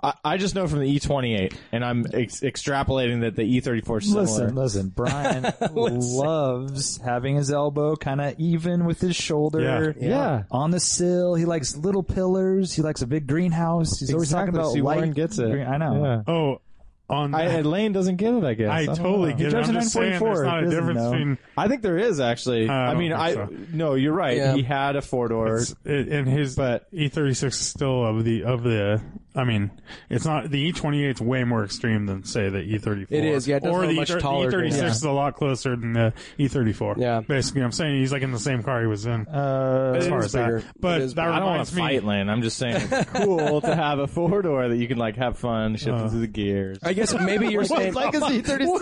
D: I, I just know from the E28, and I'm ex- extrapolating that the E34 is similar.
A: Listen, listen. Brian loves having his elbow kind of even with his shoulder.
B: Yeah.
D: Yeah.
A: On the sill. He likes little pillars. He likes a big greenhouse. He's always talking
D: Exactly,
A: about
D: see,
A: light.
D: Warren gets it.
A: green- I know.
D: Yeah.
B: Oh, on
D: I,
B: that-
D: and Lane doesn't get it. I guess
B: I,
D: don't
B: totally
D: know.
B: get it.
A: drives
B: I'm
A: a
B: just saying there's
A: 944,
B: not a
A: doesn't
B: difference
A: know.
B: between
D: I think there is actually.
B: I
D: I,
B: don't
D: mean,
B: think
D: I
B: so.
D: no, you're right.
C: Yeah.
D: He had a four door.
B: It's- it- and his
D: But-
B: E36 is still of the of the. I mean, it's not the E28 is way more extreme than say the E34.
C: It is, yeah, it doesn't
B: or
C: have
B: the, E
C: much
B: E30
C: taller
B: the E36
C: green.
B: is a lot closer than the E34.
C: Yeah.
B: basically, I'm saying he's like in the same car he was in.
A: Uh,
B: as far as
C: bigger.
B: that, but
C: It is
B: that
D: I don't want
B: reminds
D: to
B: me.
D: fight Lane. I'm just saying it's cool to have a four door that you can like have fun,
B: Uh.
D: shift into the gears. oh.
C: I guess maybe you're saying.
D: What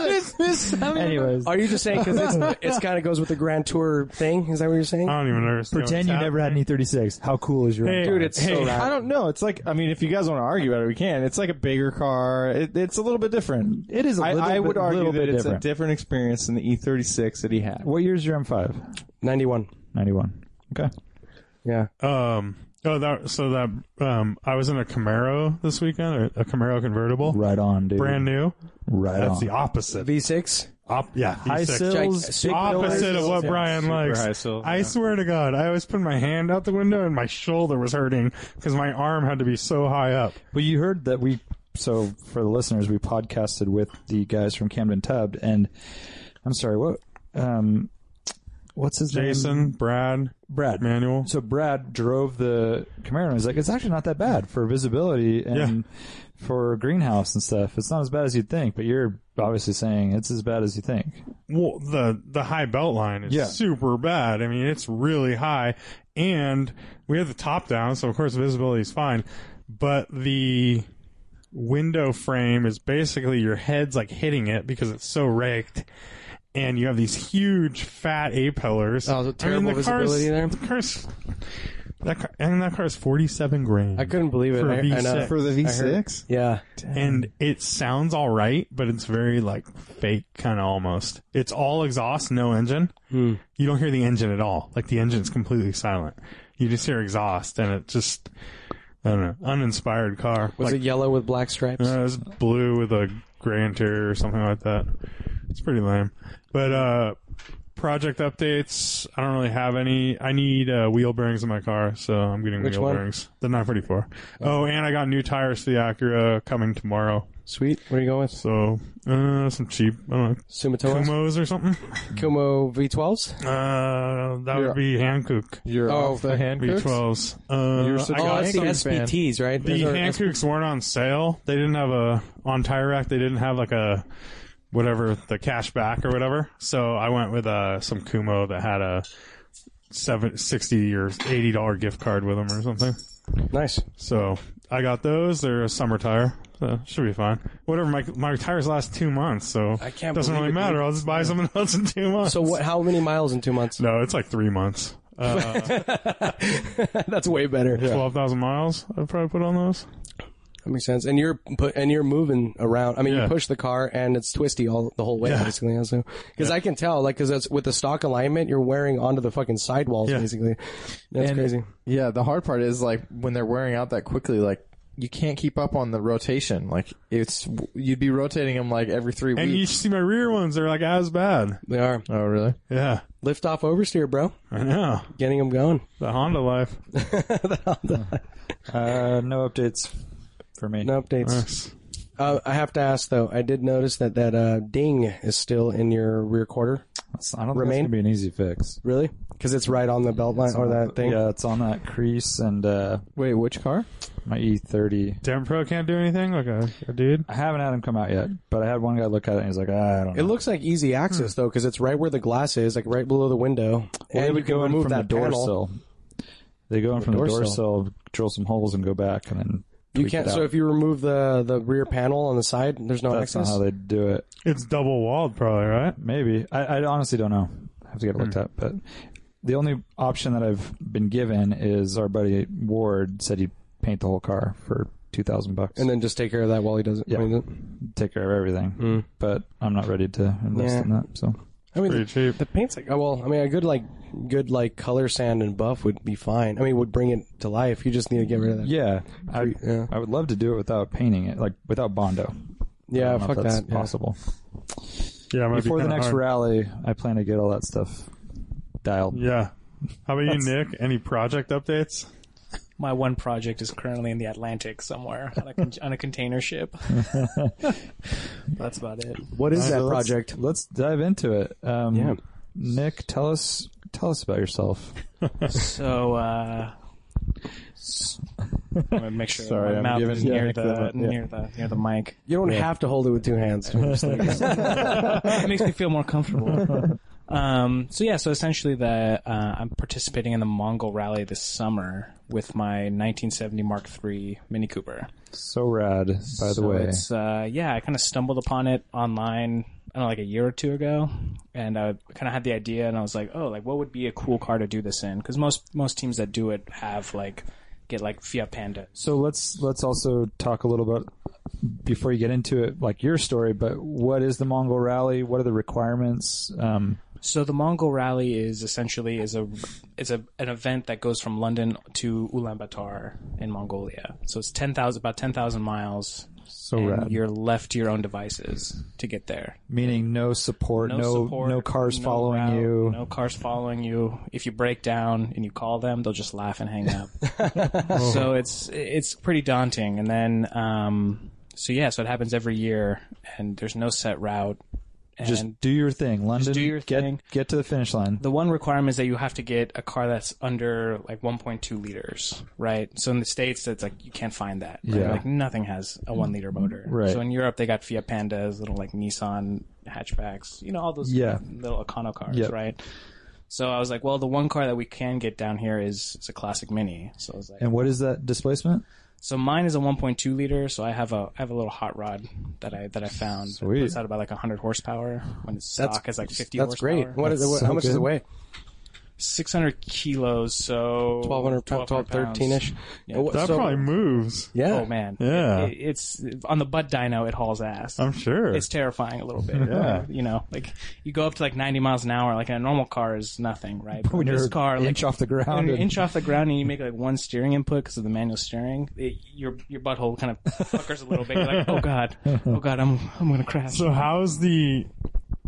D: is this?
A: anyways.
C: Are you just saying because it's it's kind of goes with the Grand Tour thing? Is that what you're saying?
B: I don't even understand. what's
A: Pretend you never had an E36. How cool is your
B: Hey,
A: Dude,
C: it's
B: hey,
C: so rad.
D: I don't know. It's like I mean, if you guys want to argue about it, we can. It's like a bigger car. It, it's a little bit different.
A: It is a
D: I
A: little
D: I
A: bit-
D: would argue
A: little
D: that
A: bit
D: it's
A: different.
D: a different experience than the E36 that he had.
A: What year's your M5?
C: 91.
A: 91. Okay.
C: Yeah.
B: Um. Oh, that. So that. Um. I was in a Camaro this weekend, a, a Camaro convertible,
A: Right on, dude.
B: brand new.
A: Right on.
B: That's the opposite.
C: V6.
B: Op, yeah. E
A: High
B: V6.
A: sills,
C: Giant-
A: big
B: opposite
A: pillars.
B: of what Brian
D: super
B: likes.
D: high sills,
B: I
D: yeah.
B: swear to God, I always put my hand out the window and my shoulder was hurting because my arm had to be so high up.
A: Well, you heard that we. So for the listeners, we podcasted with the guys from Camden Tubbed, and I'm sorry, what? Um, what's his name?
B: Jason, Brad,
A: Brad
B: manual.
A: So Brad drove the Camaro and he's like, it's actually not that bad for visibility and for greenhouse and stuff. It's not as bad as you'd think, but you're obviously saying it's as bad as you think.
B: Well, the the high belt line is
A: Yeah.
B: super bad. I mean, it's really high, and we have the top down, so of course visibility is fine. But the window frame is basically your head's like hitting it because it's so raked, and you have these huge fat A pillars.
C: Oh, so terrible visibility there.
B: The car's that car, and that car's forty seven grand.
C: I couldn't believe it.
B: For a
C: I, I
B: V6.
C: know.
D: for the V6.
C: yeah.
B: and
C: Mm-hmm.
B: it sounds all right, but it's very like fake, kind of almost. It's all exhaust, no engine.
C: Hmm.
B: You don't hear the engine at all. Like the engine's completely silent. You just hear exhaust, and it just I don't know, uninspired car.
C: Was
B: like,
C: it yellow with black stripes?
B: uh, it was blue with a gray interior or something like that. It's pretty lame. But uh project updates, I don't really have any. I need uh, wheel bearings in my car, so I'm getting
C: Which
B: wheel
C: one?
B: bearings. The 944. Oh, and I got new tires for the Acura coming tomorrow.
C: Sweet. What are you going with?
B: So, uh, some cheap, I don't know,
C: Sumatomo.
B: Kumos or something.
C: Kumo V12s.
B: Uh, that would be Hankook
D: You're
C: Oh,
D: off the hand cooks?
B: V12s. Uh,
D: You're such
B: I
D: a-
B: got
C: Oh, that's the
D: Hankooks fan.
C: SBTs, right?
B: the
C: Those are S-
B: Hankooks weren't on sale. They didn't have a on tire rack. They didn't have like a whatever the cash back or whatever. So I went with uh, some Kumo that had a seven sixty or eighty dollar gift card with them or something.
C: nice.
B: So I got those. They're a summer tire. So should be fine. Whatever my my tires last two months, so
C: I can't
B: doesn't
C: believe
B: really
C: it,
B: matter. I'll just buy something else in two months.
C: So what, how many miles in two months?
B: No, it's like three months. Uh,
C: That's way better.
B: Twelve thousand miles. I'd probably put on those.
C: That makes sense. And you're pu- and you're moving around. I mean,
B: Yeah.
C: you push the car and it's twisty all the whole way, basically. Because I can tell, like, because with the stock alignment, you're wearing onto the fucking sidewalls,
B: Yeah.
C: basically. That's
D: And-
C: crazy.
D: Yeah, the hard part is like when they're wearing out that quickly, like you can't keep up on the rotation. Like it's you'd be rotating them like every three
B: And you
D: weeks.
B: should see my rear ones. They're like as bad.
C: They are
D: oh, really?
B: Yeah,
C: lift off oversteer, bro.
B: I know
C: Getting them going.
B: the Honda life.
A: Uh, no updates for me.
C: No updates.
B: Nice.
C: Uh, I have to ask though. I did notice that that uh, ding is still in your rear quarter.
A: That's- I don't think it's
C: Remain?
A: going to be an easy fix.
C: Really? Because it's right on the belt line or that thing.
A: Yeah, it's on that crease and uh,
D: Wait, which car?
A: my E E30.
B: Dem Pro can't do anything like a, a dude.
A: I haven't had him come out yet, but I had one guy look at it and he's like, "Ah, I don't know.
C: It looks like easy access though, because it's right where the glass is, like right below the window,
A: Well, they
C: and you
A: would
C: can
A: go in
C: remove
A: from
C: that
A: the door
C: panel.
A: sill. They go in from the
C: door
A: door,
C: sill.
A: sill, drill some holes, and go back, and then
C: You
A: tweak
C: can't.
A: It out.
C: So if you remove the the rear panel on the side, there's no
A: that's not
C: access.
A: how they do it.
B: It's double walled, probably right.
A: Maybe I, I honestly don't know. I have to get it
C: Hmm.
A: looked up. But the only option that I've been given is our buddy Ward said he'd paint the whole car for two thousand bucks
C: and then just take care of that while he does it.
A: Yeah.
C: I mean, it-
A: take care of everything. But I'm not ready to invest
C: Hmm. Yeah.
A: in that. So
C: I mean
B: Pretty
C: the,
B: cheap.
C: the paint's like oh well. I mean, a good like good like color sand and buff would be fine. I mean, would bring it to life. You just need to get rid of that.
A: yeah, I
C: yeah.
A: I would love to do it without painting it, like without bondo. I
C: yeah
A: don't know if
C: fuck
A: that's
C: that. yeah.
A: possible.
B: Yeah, it might be
A: Before the
B: kinda
A: next
B: hard.
A: rally, I plan to get all that stuff dialed.
B: Yeah. How about you, Nick? Any project updates?
E: My one project is currently in the Atlantic somewhere on a, con- on a container ship. That's about it.
C: What is that
A: So let's-
C: project?
A: Let's dive into it. Um,
C: Yeah.
A: Nick, tell us tell us about yourself.
E: So, uh, s- I'm gonna make sure
D: Sorry,
E: my
D: I'm
E: mouth is
D: giving
E: near
D: Nick
E: the,
D: the- yeah.
E: near the near the mic.
C: You don't have to hold it with two hands.
E: it makes me feel more comfortable. Um, so yeah, so essentially, the uh, I'm participating in the Mongol Rally this summer with my 1970 Mark III Mini Cooper.
A: So rad, by the
E: So
A: way.
E: it's, uh, yeah, I kind of stumbled upon it online. I don't know, like a year or two ago, and I kind of had the idea, and I was like, oh, like what would be a cool car to do this in? Because most most teams that do it have like get like Fiat Panda.
A: So let's let's also talk a little bit before you get into it, like your story. But what is the Mongol Rally? What are the requirements? Um,
E: So the Mongol Rally is essentially is a it's a an event that goes from London to Ulaanbaatar in Mongolia. So it's ten thousand about ten thousand miles.
A: so
E: and
A: rad.
E: you're left to your own devices to get there.
A: Meaning no support, no no,
E: support,
A: cars
E: no
A: following
E: route,
A: you.
E: No cars following you. If you break down and you call them, they'll just laugh and hang up. so it's it's pretty daunting. And then um, so yeah, so it happens every year, and there's no set route. And
A: just do your thing, London.
E: do your
A: get,
E: thing.
A: Get to the finish line.
E: the one requirement is that you have to get a car that's under like 1.2 liters, right? So in the states, that's like you can't find that. right?
A: Yeah.
E: Like nothing has a one liter motor.
A: Right.
E: So in Europe, they got Fiat Pandas, little like Nissan hatchbacks, you know, all those
A: Yeah.
E: little Econo cars,
A: Yep.
E: right? So I was like, well, the one car that we can get down here is it's a classic Mini. So I was like,
A: And what is that displacement?
E: so mine is a 1.2 liter. So I have a I have a little hot rod that I that I found.
A: Sweet.
E: It puts out about like 100 horsepower when its stock
C: That's-
E: is like 50.
C: That's
E: horsepower.
C: great. What is it? What,
A: so
C: how much does
A: good.
C: it weigh?
E: 600 kilos, so
C: 1200, 12, 13 ish.
E: Yeah.
B: That probably moves.
C: Yeah.
E: Oh man,
B: Yeah.
E: It- it- it's on the butt dyno. It hauls ass.
B: I'm sure.
E: it's terrifying a little bit.
B: Yeah.
E: you know, like you go up to like 90 miles an hour. Like in a normal car is nothing, right? But
A: When
E: this
A: you're
E: car,
A: inch
E: like,
A: off the ground,
E: when you
A: and-
E: inch off the ground and you make like one steering input because of the manual steering, it, your your butthole kind of puckers a little bit. You're like, oh god, oh god, I'm I'm gonna crash.
B: so how's the?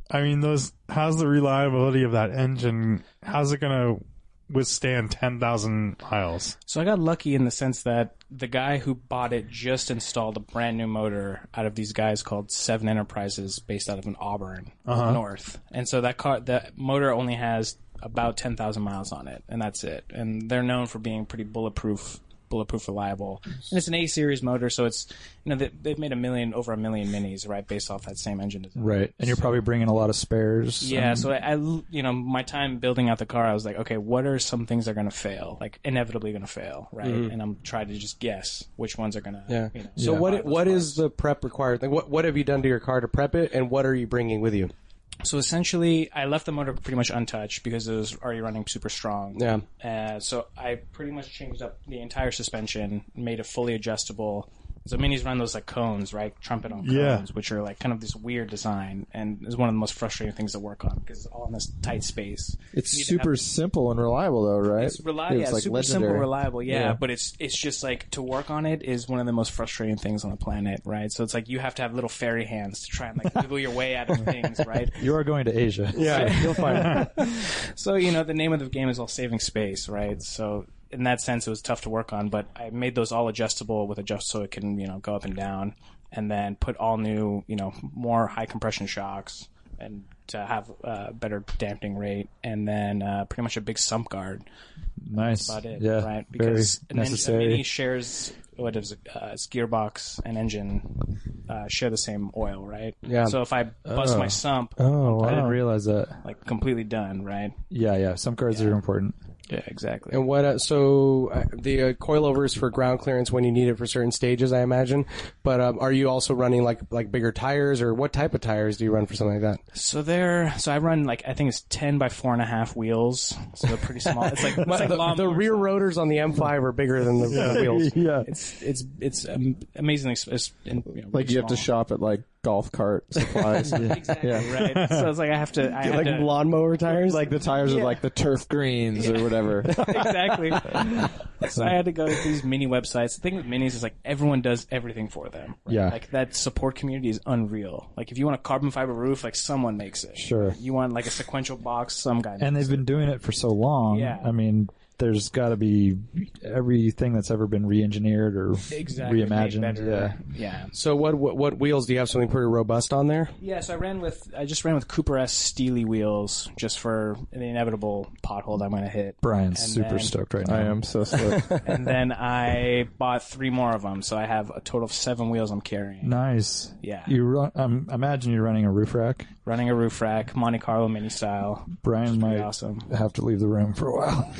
B: I mean, those. How's the reliability of that engine? How's it gonna withstand ten thousand miles?
E: So I got lucky in the sense that the guy who bought it just installed a brand new motor out of these guys called Seven Enterprises, based out of an Auburn up north. And so that car, that motor only has about ten thousand miles on it, and that's it. And they're known for being pretty bulletproof, bulletproof reliable. And it's an A series motor, so it's you know they, they've made a million, over a million minis, right, based off that same engine design.
A: right? And you're probably bringing a lot of spares.
E: Yeah,
A: and-
E: so I, I, you know, my time building out the car, I was like, okay, what are some things that are going to fail, like inevitably going to fail, right? And I'm trying to just guess which ones are going to.
C: Mm-hmm. Yeah.
E: You know,
C: So
E: survive
C: what
E: those
C: what
E: cars.
C: is the prep required? Like what what have you done to your car to prep it, and what are you bringing with you?
E: So essentially, I left the motor pretty much untouched because it was already running super strong.
C: Yeah.
E: Uh, so I pretty much changed up the entire suspension, made it fully adjustable. So minis run those like cones, right? Trumpet on cones,
B: Yeah.
E: which are like kind of this weird design, and is one of the most frustrating things to work on because it's all in this tight space.
D: It's
E: You need to have-
D: super simple and reliable, though, right?
E: It's reliable, yeah,
D: It's like
E: super
D: legendary.
E: simple, reliable, yeah,
D: Yeah.
E: But it's it's just like to work on it is one of the most frustrating things on the planet, right? So it's like you have to have little fairy hands to try and like wiggle your way out of things, right?
A: you are going to Asia.
D: yeah, you'll find.
E: So you know the name of the game is all saving space, right? So in that sense, it was tough to work on, but I made those all adjustable with adjust so it can you know go up and down, and then put all new you know more high compression shocks and to have uh, better damping rate, and then uh, pretty much a big sump guard.
A: nice.
E: about it,
A: yeah,
E: right?
A: very
E: Because an en-
A: necessary.
E: a Mini shares what is it, uh, its gearbox and engine uh, share the same oil, right?
C: Yeah.
E: So if I bust my sump,
A: oh, I didn't realize that.
E: like completely done, right?
A: Yeah, yeah. Some cards are important.
E: Yeah, exactly.
C: And what? Uh, so uh, the uh, coilovers for ground clearance when you need it for certain stages, I imagine. But um, are you also running like like bigger tires, or what type of tires do you run for something like that?
E: So there, so I run like I think it's ten by four and a half wheels, so they're pretty small. It's like, it's like
C: the, the
E: lawnmower
C: rear rotors on the M5 are bigger than the the wheels.
A: Yeah,
E: It's it's it's um, amazingly s- it's, and, you know,
D: like you have to
E: small.
D: shop at like golf cart supplies.
E: exactly
D: Yeah.
E: right. So it's like I have to I have
D: like
E: to,
C: Lawnmower tires.
D: like the tires of like the turf greens or whatever.
E: exactly. so I had to go to these mini websites. The thing with minis is like everyone does everything for them. right?
A: Yeah.
E: Like that support community is unreal. Like if you want a carbon fiber roof, like someone makes it.
A: Sure.
E: You want like a sequential box, some guy.
A: and they've been doing it for so long.
E: Yeah.
A: I mean, there's got to be everything that's ever been re-engineered or
E: exactly made
A: reimagined. Yeah.
E: better. Yeah.
C: so what, what what wheels do you have? Something pretty robust on there.
E: Yeah, so I ran with I just ran with Cooper S Steely wheels just for the inevitable pothole that I'm gonna hit.
A: Brian's
E: And
A: super
E: then-
A: stoked right now.
D: I am so stoked.
E: And then I bought three more of them, so I have a total of seven wheels I'm carrying.
A: Nice.
E: Yeah.
A: You run, um, imagine you're running a roof rack.
E: Running a roof rack, Monte Carlo mini style.
A: Brian might
E: awesome.
A: have to leave the room for a while.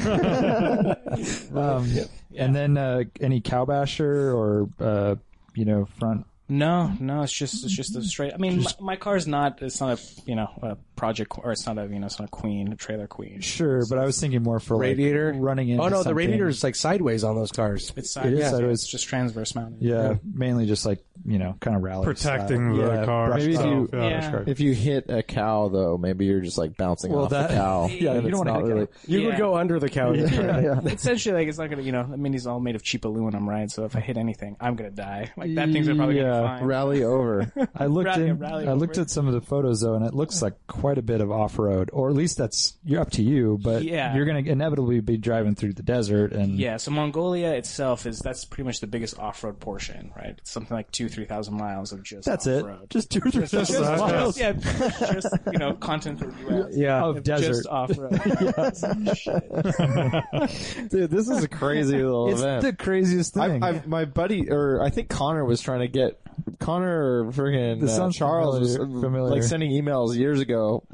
A: um, And then uh, any cow basher or uh, you know front.
E: No, no, it's just it's just a straight. I mean, my, my car's not. It's not a you know a project or it's not a you know it's not a queen, a trailer queen.
A: Sure, but I was thinking more for like,
C: Radiator?
A: running into.
C: Oh no, the
A: something.
C: radiator is like sideways on those cars.
E: It's sideways.
A: is sideways.
E: It's just transverse mounted.
A: Yeah, mainly just like you know, kind of rally
B: Protecting
A: style.
B: the
A: yeah,
B: car.
A: brush
D: Maybe
A: style.
D: you-
B: Yeah.
E: Yeah.
D: If you hit a cow, though, maybe you're just like bouncing
A: Well,
D: off
A: that-
D: the cow.
A: yeah,
D: and
A: you
D: it's
A: don't wanna
D: not
A: hit
D: really.
C: You
E: Yeah.
C: could go under the couch.
E: Essentially, like it's not gonna you know. I mean, he's all made of cheap aluminum, right? So if I hit anything, I'm gonna die. Like that thing's probably
A: Yeah.
E: gonna be fine.
D: Rally over.
A: I looked
E: Rally-
A: in,
E: rally
A: I
E: over
A: looked
E: it.
A: at some of the photos though, and it looks like quite a bit of off road, or at least that's you're up to you. But
E: Yeah.
A: you're going to inevitably be driving through the desert, and
E: Yeah, so Mongolia itself is that's pretty much the biggest off-road portion, right? It's something like two, three thousand miles of just
A: that's
E: off-road.
A: it. Just two or three thousand
B: just-
A: miles
E: Yeah, just you know, content for US.
C: Yeah.
A: of desert.
E: Just off-road.
D: Dude, this is a crazy little
A: It's
D: event.
A: the craziest thing.
D: I, I, my buddy, or I think Connor was trying to get Connor or friggin'
A: This
D: uh,
A: sounds
D: Charles
A: familiar-
D: was uh,
A: familiar.
D: like sending emails years ago.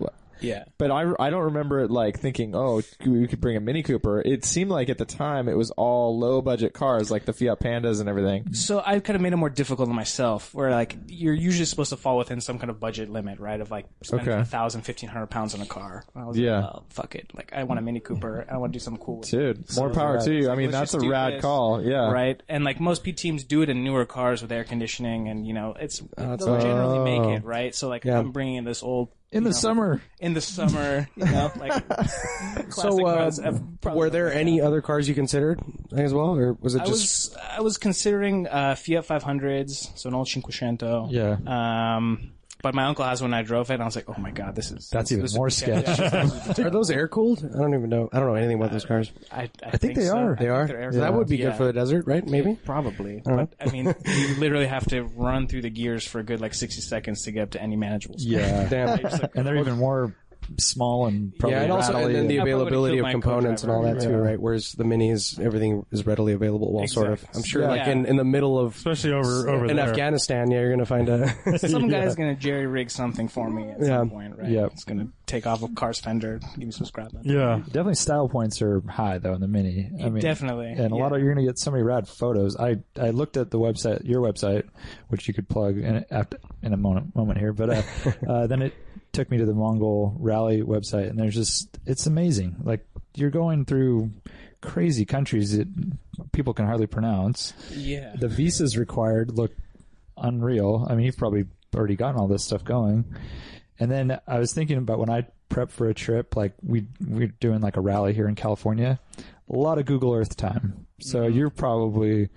E: Yeah.
D: But I, I don't remember it like thinking, oh, we could bring a Mini Cooper. It seemed like at the time it was all low budget cars, like the Fiat Pandas and everything.
E: So I kind of made it more difficult on myself, where like you're usually supposed to fall within some kind of budget limit, right? Of like spending
D: Okay.
E: a thousand, fifteen hundred pounds on a car. I was
D: Yeah.
E: like, oh, fuck it. Like I want a Mini Cooper. I want to do something cool. With it.
D: Dude, more power
A: rad.
D: to you. I mean,
E: Let's
D: that's a
E: just do
D: rad
E: this.
D: call. Yeah.
E: Right, and like most P teams do it in newer cars with air conditioning, and you know
D: Oh,
E: it's they'll generally make it right. So like I'm bringing in this old
A: in the summer.
E: in the summer, you know, like classic
C: So, uh,
E: runs. I've
D: um,
E: probably-
C: Were there any other cars you considered as well, or was it
E: I
C: just?
E: was I was considering uh, Fiat 500s, so an old Cinquecento.
A: Yeah.
E: Um, but my uncle has one. and I drove it, and I was like, oh my god, this is
A: That's even more sketch.
C: are those air cooled? I don't even know. I don't know anything about those cars.
E: Uh, I, I,
A: think they
E: so.
A: are. Uh-huh. They
E: I think
C: They are.
E: they're air
C: So that
E: cooled.
C: would be
E: Yeah.
C: good for the desert, right? Maybe.
E: Probably, but I mean, you literally have to run through the gears for a good like sixty seconds to get up to any manageable. Speed.
A: Yeah,
C: Damn.
A: and they're even more small and probably
C: Yeah, and also and
A: rattly
C: then
A: and-
C: the
E: probably would've
C: availability
E: killed
C: of
E: my
C: components and all that
E: co-driver.
C: too, right? Whereas the mini is everything is readily available. Well, sort of.
E: Exactly.
C: I'm sure,
E: Yeah.
C: like in, in the middle of
B: especially over over
C: in
B: there.
C: Afghanistan, yeah, you're gonna find a
E: Some guy's gonna jerry rig something for me at
C: Yeah.
E: some point, right?
A: Yeah.
E: It's gonna take off a car's fender, give me some scrap metal.
B: Yeah,
A: Definitely, style points are high though in the mini. I mean,
E: Definitely.
A: and a lot of you're gonna get so many rad photos. I I looked at the website, your website, which you could plug in after in a moment moment here, but uh, uh, then it took me to the Mongol Rally website, and there's just it's amazing. Like you're going through crazy countries that people can hardly pronounce.
E: yeah.
A: The visas required look unreal. I mean, you've probably already gotten all this stuff going. And then I was thinking about when I prep for a trip, like we we're doing like a rally here in California, a lot of Google Earth time. So
E: Mm-hmm.
A: you're probably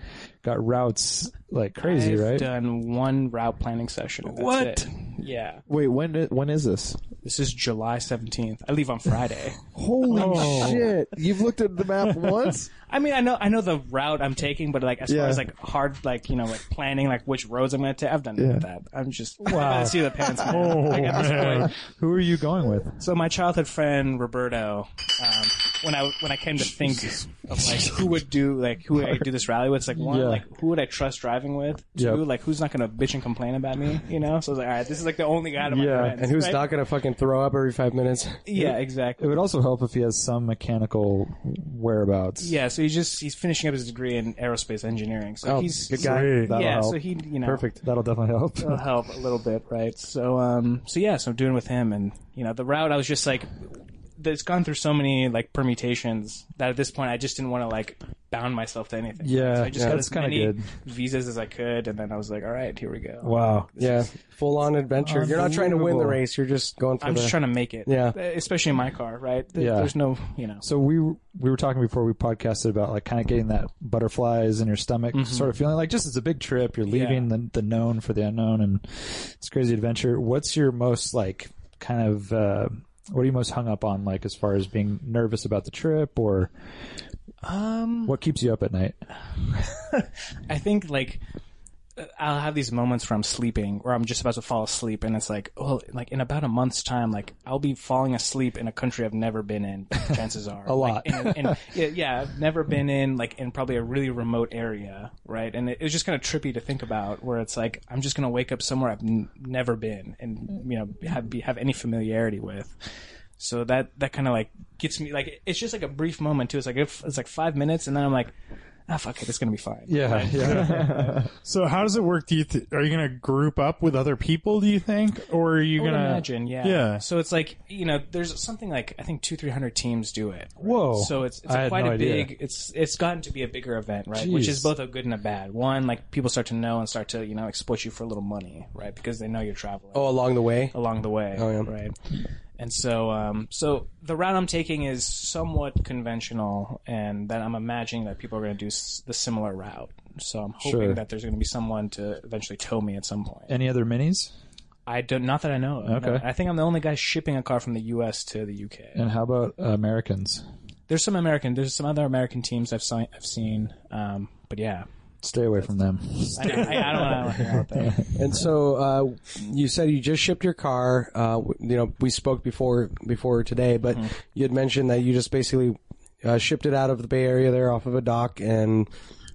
A: got routes like crazy,
E: I've
A: right?
E: Done one route planning session. and that's
A: What?
E: it. Yeah,
D: Wait, when i- when is this?
E: this is July seventeenth. I leave on Friday.
D: Holy
E: Oh.
D: shit! You've looked at the map once.
E: I mean, I know I know the route I'm taking, but like as
D: Yeah.
E: far as like hard, like you know, like planning like which roads I'm going to take, I've done none of that. I'm just wow. Oh. I see the pants. man. Like, at this point.
A: Who are you going with?
E: So my childhood friend Roberto, um, when I when I came to think of like who would do like who would I do this rally with, it's like one
A: Yeah.
E: like who would I trust driving with? Two
A: Yep.
E: like who's not going to bitch and complain about me? You know? So I was like, all right, this is like the only guy out of my
A: Yeah.
E: friends,
C: and who's
E: right?
C: not gonna fucking throw up every five minutes.
E: Yeah,
A: It
E: exactly.
A: would also help if he has some mechanical whereabouts.
E: Yeah, so he's just he's finishing up his degree in aerospace engineering. So
C: Oh,
E: he's
C: good guy.
B: Sweet.
A: That'll
E: yeah,
A: help.
E: so he you know
C: Perfect.
A: That'll definitely help.
E: it'll help a little bit, right? So, um, so yeah, so I'm doing with him, and you know, the route I was just like, it's gone through so many like permutations that at this point I just didn't want to like bound myself to anything.
A: Yeah,
E: so I just
A: yeah,
E: got
A: that's
E: as
A: kinda
E: many
A: good.
E: visas as I could, and then I was like, all right, here we go.
A: Wow.
C: Yeah, full on adventure. You're not trying to win the
A: Unbelievable.
C: race. You're just going for
E: I'm
C: the.
E: just trying to make it.
C: Yeah.
E: especially in my car, right? There-
A: Yeah.
E: there's no, you know.
A: So we we were talking before we podcasted about like kind of getting that butterflies in your stomach
E: Mm-hmm.
A: sort of feeling like just it's a big trip. You're leaving the the known for the unknown and it's a crazy adventure. What's your most like kind of uh, what are you most hung up on like as far as being nervous about the trip or um what keeps you up at night?
E: I think like uh, I'll have these moments where I'm sleeping or I'm just about to fall asleep and it's like, oh, like in about a month's time, like I'll be falling asleep in a country I've never been in. Chances are a
A: lot.
E: Like, in, in- yeah, yeah, I've never been in like in probably a really remote area, right? And it, it was just kind of trippy to think about where it's like I'm just gonna wake up somewhere I've n- never been and you know have be, have any familiarity with. So that that kind of like gets me like it's just like a brief moment too. It's like if, it's like five minutes and then I'm like, ah, fuck it, it's gonna be fine.
A: Yeah, yeah.
B: So how does it work? Do you th- are you gonna group up with other people? Do you think, or are you
E: I would
B: gonna
E: imagine, yeah.
B: yeah?
E: So it's like you know, there's something like I think two, three hundred teams do it.
A: Whoa.
E: So it's it's
A: I had
E: quite
A: no
E: a
A: idea.
E: big. It's it's gotten to be a bigger event, right? Which is
A: Jeez.
E: both a good and a bad. One, like people start to know and start to you know exploit you for a little money, right? Because they know you're traveling
C: oh, along the way.
E: along the way,
A: Oh,
C: yeah.
E: right? And so, um, so the route I'm taking is somewhat conventional, and that I'm imagining that people are going to do s- the similar route. So I'm hoping
A: Sure.
E: that there's going to be someone to eventually tow me at some point.
A: Any other minis?
E: I don't. Not that I know. of.
A: Okay.
E: I think I'm the only guy shipping a car from the U.S. to the U.K.
A: And how about uh, Americans?
E: There's some American. There's some other American teams I've si- I've seen. Um, but yeah,
A: Stay away from them.
E: I, know, I, I don't want to hear about that.
C: And so uh, you said you just shipped your car. Uh, w- you know, we spoke before before today, but
E: Mm-hmm.
C: you had mentioned that you just basically uh, shipped it out of the Bay Area there off of a dock and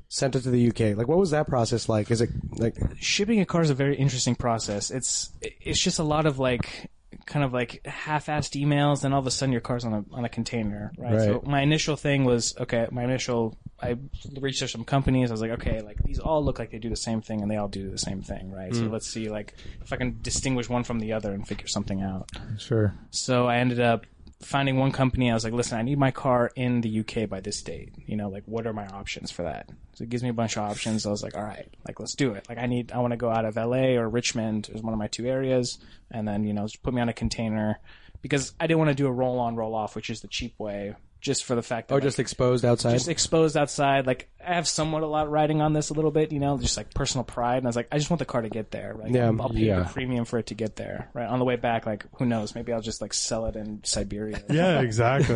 C: sent it to the UK. Like, what was that process like? Is it like
E: Shipping a car is a very interesting process. It's it's just a lot of like kind of like half-assed emails, and all of a sudden your car's on a on a container, right? So
A: Right.
E: my initial thing was okay. My initial I reached out to some companies. I was like, okay, like these all look like they do the same thing, and they all do the same thing, right?
A: Mm.
E: So let's see like if I can distinguish one from the other and figure something out.
A: sure.
E: So I ended up finding one company. I was like, listen, I need my car in the UK by this date. You know, like what are my options for that? So it gives me a bunch of options. I was like, all right, like let's do it. Like I need, I want to go out of LA or Richmond is one of my two areas. And then, you know, just put me on a container because I didn't want to do a roll on, roll off, which is the cheap way just for the fact that
C: or
E: like,
C: oh, just exposed outside?
E: just exposed outside. Like I have somewhat a lot riding on this a little bit, you know, just like personal pride. And I was like, I just want the car to get there. Right?
C: Yeah.
E: I'll, I'll pay
A: Yeah.
E: the premium for it to get there. Right on the way back, like who knows? Maybe I'll just like sell it in Siberia.
B: Yeah, exactly.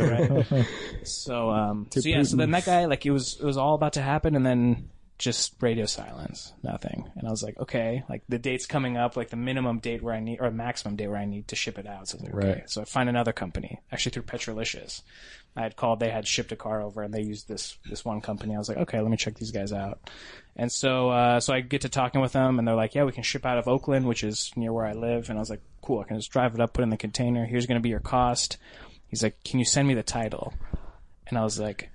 E: So um, so yeah. So then that guy, like it was it was all about to happen, and then just radio silence, nothing. And I was like, okay, like the date's coming up, like the minimum date where I need or maximum date where I need to ship it out. So I was like, okay.
A: Right.
E: So I find another company, actually through Petrolicious. I had called, they had shipped a car over, and they used this this one company. I was like, okay, let me check these guys out. And so uh, so I get to talking with them, and they're like, yeah, we can ship out of Oakland, which is near where I live. And I was like, cool, I can just drive it up, put it in the container. Here's going to be your cost. He's like, can you send me the title? And I was like,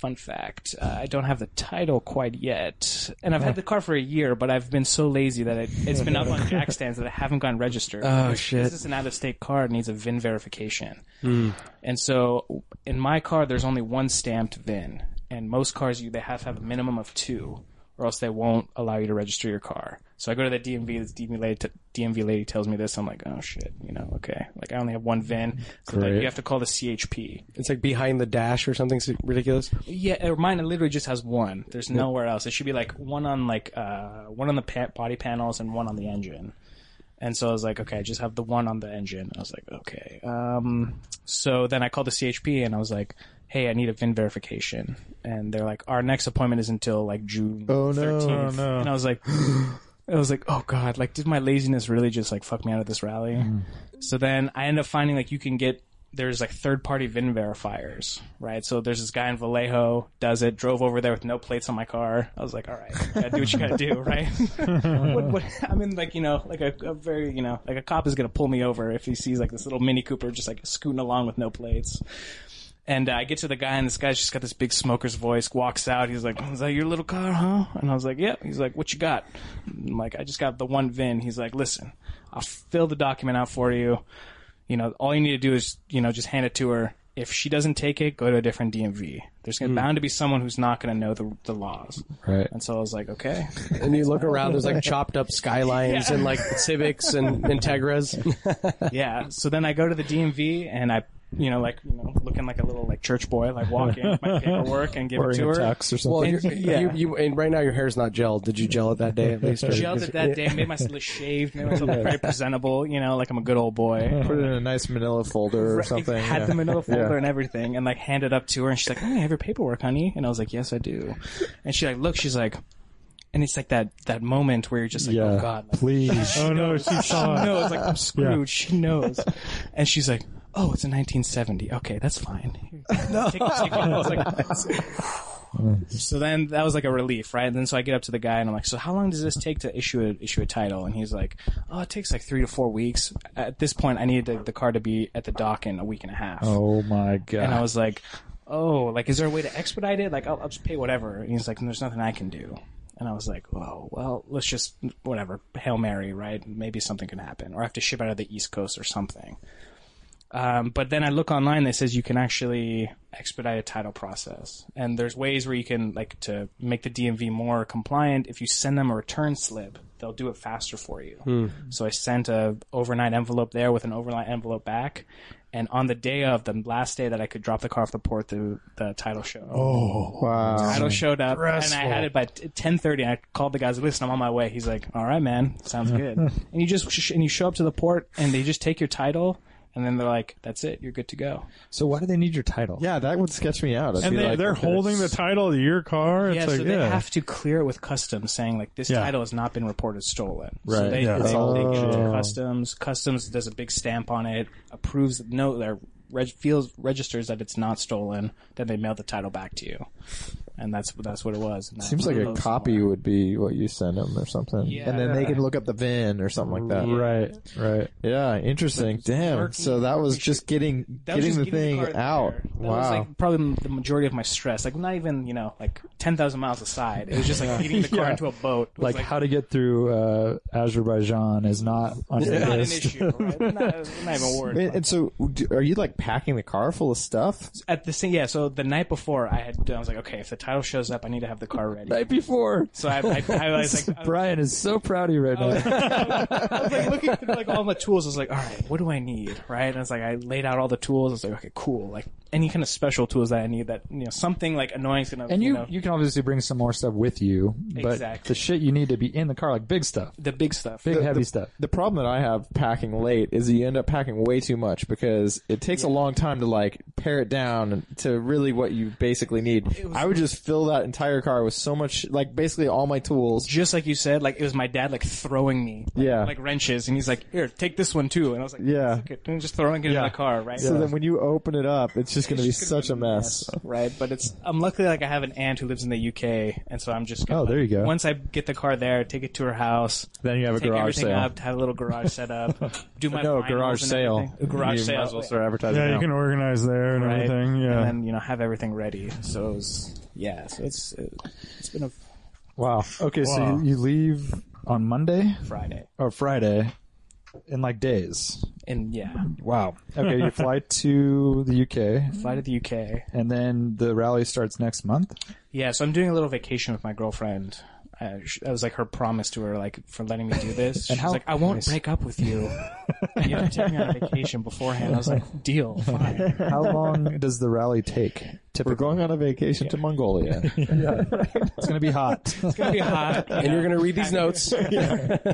E: fun fact, uh, I don't have the title quite yet. And I've had the car for a year, but I've been so lazy that it, it's been up on jack stands that I haven't gotten registered.
C: Oh,
E: This-
C: shit.
E: This is an out of state car. It needs a VIN verification.
C: Hmm.
E: And so in my car, there's only one stamped VIN. And most cars, you they have to have a minimum of two. Or else they won't allow you to register your car. So I go to the DMV. This DMV lady, t- DMV lady tells me this. I'm like, oh shit, you know, okay. Like I only have one VIN. So then
A: Great.
E: you have to call the CHP.
C: It's like behind the dash or something s- ridiculous.
E: Yeah, or mine literally just has one. There's nowhere else. It should be like one on like uh one on the pa- body panels and one on the engine. And so I was like, okay, I just have the one on the engine. I was like, okay. Um, so then I called the CHP and I was like, hey, I need a VIN verification. And they're like, our next appointment is until like June
A: Oh, no.
E: 13th.
B: Oh, no.
E: And I was like, I was like, oh god, like did my laziness really just like fuck me out of this rally?
A: Mm-hmm.
E: So then I end up finding like you can get there's like third party VIN verifiers, right? So there's this guy in Vallejo does it. Drove over there with no plates on my car. I was like, all right, gotta do what you gotta do, right? what, what, I mean, like you know, like a, a very you know, like a cop is gonna pull me over if he sees like this little Mini Cooper just like scooting along with no plates. And uh, I get to the guy, and this guy's just got this big smoker's voice. Walks out. He's like, "Is that your little car, huh?" And I was like, "Yep." He's like, "What you got?" I'm like, "I just got the one VIN." He's like, "Listen, I'll fill the document out for you. You know, all you need to do is, you know, just hand it to her. If she doesn't take it, go to a different DMV. There's gonna bound to be someone who's not gonna know the the laws."
A: Right.
E: And so I was like, "Okay."
C: And you look around, there's like chopped up skylines and like Civics and Integras.
E: yeah. So then I go to the DMV and I, you know, like, you know, looking like a little like church boy, like walk in with my paperwork and give it
A: Wearing
E: to
A: a
E: her.
A: tux or something.
C: Well, you're,
E: Yeah.
C: you, you, and right now your hair's not gelled. Did you gel it that day at least? or-
E: Gelled it that day, made myself shaved, made myself look very presentable, you know, like I'm a good old boy.
D: Put it in a nice manila folder or
E: Right,
D: something.
E: Had
D: yeah.
E: the manila folder and everything, and like handed up to her, and she's like, "Hey, "I have your paperwork, honey," and I was like, "Yes, I do," and she like, "Look," she's like, and it's like that that moment where you're just like,
A: yeah.
E: "Oh God, like,
A: Please.
B: oh no, she saw it.
E: knows. Like I'm screwed. She knows. And she's like, "Oh, it's a 1970. Okay, that's fine." No. Take, take it. I was like, so then that was like a relief, right? And then so I get up to the guy and I'm like, "So how long does this take to issue a issue a title?" And he's like, "Oh, it takes like three to four weeks." At this point, I needed the, the car to be at the dock in a week and a half.
A: oh my god.
E: And I was like, "Oh, like is there a way to expedite it? Like I'll, I'll just pay whatever." And he's like, "There's nothing I can do." And I was like, "Well, well, let's just whatever, hail mary, right? Maybe something can happen, or I have to ship out of the East Coast or something." Um, but then I look online that says you can actually expedite a title process, and there's ways where you can like to make the DMV more compliant. If you send them a return slip, they'll do it faster for you. So I sent a overnight envelope there with an overnight envelope back, And on the day of the last day that I could drop the car off the port, the, the title show.
B: Oh,
D: Wow.
E: Title showed up,
B: Stressful.
E: and I had it by ten thirty. I called the guys. Listen, I'm on my way. He's like, "All right, man, sounds good." and you just sh- and you show up to the port, and they just take your title, and then they're like, "That's it, you're good to go."
A: So why do they need your title?
D: Yeah, that would sketch me out. I'd
B: and
D: be
B: they,
D: like,
B: they're
D: okay,
B: holding the
D: it's-
B: title to your car. It's
E: yeah,
B: like,
E: so they
B: yeah.
E: have to clear it with customs, saying like this
B: Yeah.
E: title has not been reported stolen. So
D: Right,
E: they,
B: yeah.
E: they,
D: Oh.
E: they give it to customs. Customs does a big stamp on it, approves no, their reg, feels registers that it's not stolen. Then they mail the title back to you, and that's that's what it was. And that-
D: Seems like a
E: those-
D: copy would be what you send them or something,
E: Yeah.
D: and then they can look up the VIN or something like that.
A: Right, right.
D: Yeah, interesting. Damn. So that was just getting
E: That was
D: getting the
E: just
D: thing
E: car
D: out.
E: there. That was
D: wow.
E: like probably the majority of my stress. Like not even you know like ten thousand miles aside. It was just like getting the car into a boat. It was
A: Like, how to get through uh, Azerbaijan is not on your
E: not an
A: list.
E: issue. Right? Not, not even a word.
D: and, and so, do- are you like packing the car full of stuff?
E: at the same, yeah. So the night before, I had I was like, okay, if the title shows up, I need to have the car ready.
A: Night before,
E: So I, I, I was like, I Oh, was,
A: Brian is so proud of you right now.
E: I was like looking through like all my tools. I was like, all right, what do I need, right? And I was like, I laid out all the tools. I was like, okay, cool. Like any kind of special tools that I need, that you know, something like annoying is gonna.
A: And you,
E: know,
A: you can obviously bring some more stuff with you, but
E: Exactly.
A: the shit you need to be in the car, like big stuff,
E: the big stuff.
A: big heavy stuff.
D: The problem that I have packing late is you end up packing way too much because it takes a long time to like pare it down to really what you basically need. I would just fill that entire car with so much, like basically all my tools.
E: just like you said, like it was my dad like throwing me, like,
D: Yeah.
E: like wrenches, and he's like, "Here, take this one too," and I was like,
D: Yeah.
E: "Fuck it," and just throwing it in the car, right?
D: So then when you open it up, it's just going to be
E: It's just gonna
D: such a mess.
E: right? But it's I'm luckily like I have an aunt who lives in the UK, and so I'm just gonna,
A: Oh, there you go.
E: Once I get the car there, take it to her house,
D: Then you have a
E: take
D: garage
E: everything
D: sale.
E: up, have a little garage set up, do my
D: No,
E: vinyls
D: garage
E: and
D: sale.
E: everything. garage
D: You
E: sale,
D: Might as well start advertising
B: yeah,
D: now.
B: you can organize there and
E: right?
B: everything. Yeah.
E: and then you know have everything ready. So it was, yeah, so it's it, it's been a
A: Wow. Okay,
B: Wow.
A: so you, you leave on Monday
E: Friday,
A: or Friday in like days.
E: and yeah,
A: Wow. Okay, you fly to the UK,
E: fly to the UK.
A: and then the rally starts next month.
E: Yeah, so I'm doing a little vacation with my girlfriend. Uh, sh that was like her promise to her, like for letting me do this. She's
A: how-
E: like, "I won't break up with you. you have to take me on a vacation beforehand." I was like, "Deal, fine."
A: How long does the rally take? Typically,
D: We're going on a vacation to Mongolia.
A: it's going to be hot.
E: It's gonna be hot,
C: And you're gonna read these notes.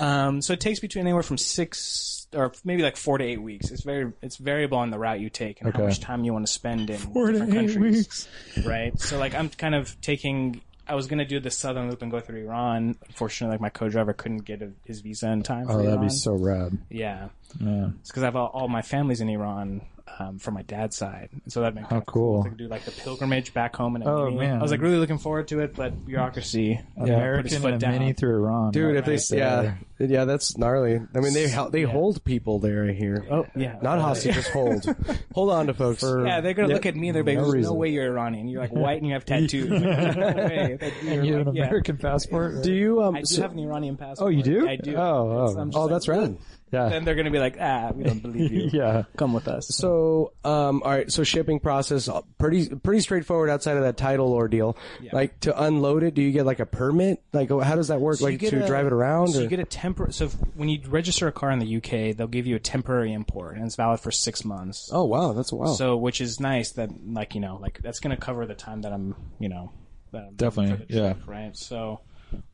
E: Um, so it takes between anywhere from six or maybe like four to eight weeks. It's very it's variable on the route you take and how
A: Okay.
E: much time you want to spend in
B: Four to
E: different
B: eight
E: countries.
B: weeks.
E: right? So like I'm kind of taking. I was gonna do the southern loop and go through Iran. Unfortunately, like my co-driver couldn't get a, his visa in time. For
A: Oh, that'd
E: Iran.
A: be so rad.
E: Yeah,
A: Yeah.
E: It's because I have all, all my family's in Iran um, from my dad's side, and so that'd been
A: How
E: kind of
A: cool.
E: to do like the pilgrimage back home. And
A: Oh, man.
E: I was like really looking forward to it, but bureaucracy. Yeah, put his
A: American
E: foot
A: and
E: down.
A: mini through Iran.
C: Dude,
A: right
C: if they
A: right
C: yeah,
A: there.
D: uh,
C: yeah, that's gnarly. I mean, they hel- they hold people there. I hear.
E: Oh yeah,
C: Not
E: Uh,
C: hostages. Hold, hold on to folks.
E: Yeah, they're gonna look at me. They're like,
A: No
E: "There's no
A: reason.
E: way you're Iranian. You're like white and you have tattoos. Like, no way that you're
A: you have an
E: like- yeah.
A: American passport.
C: do you? Um,
E: I do
C: so-
E: have an Iranian passport.
A: Oh, you do?
E: I do.
A: Oh,
E: It's-
A: oh.
E: I'm just
C: oh,
E: like,
C: that's rad.
A: yeah.
E: Then they're gonna be like, "Ah, we don't believe you.
A: Yeah.
E: Come with us."
C: So, um, all right. So shipping process uh, pretty pretty straightforward outside of that title ordeal. Like to unload it, do you get like a permit? Like how does that work?
E: So you
C: like
E: get
C: to
E: a-
C: drive it around?
E: So
C: or?
E: you get a temporary. So if, when you register a car in the UK, they'll give you a temporary import, and it's valid for six months.
C: oh wow, that's wow.
E: So which is nice that like you know like that's going to cover the time that I'm you know that I'm
A: Definitely,
E: for the
A: yeah.
E: trip, right. So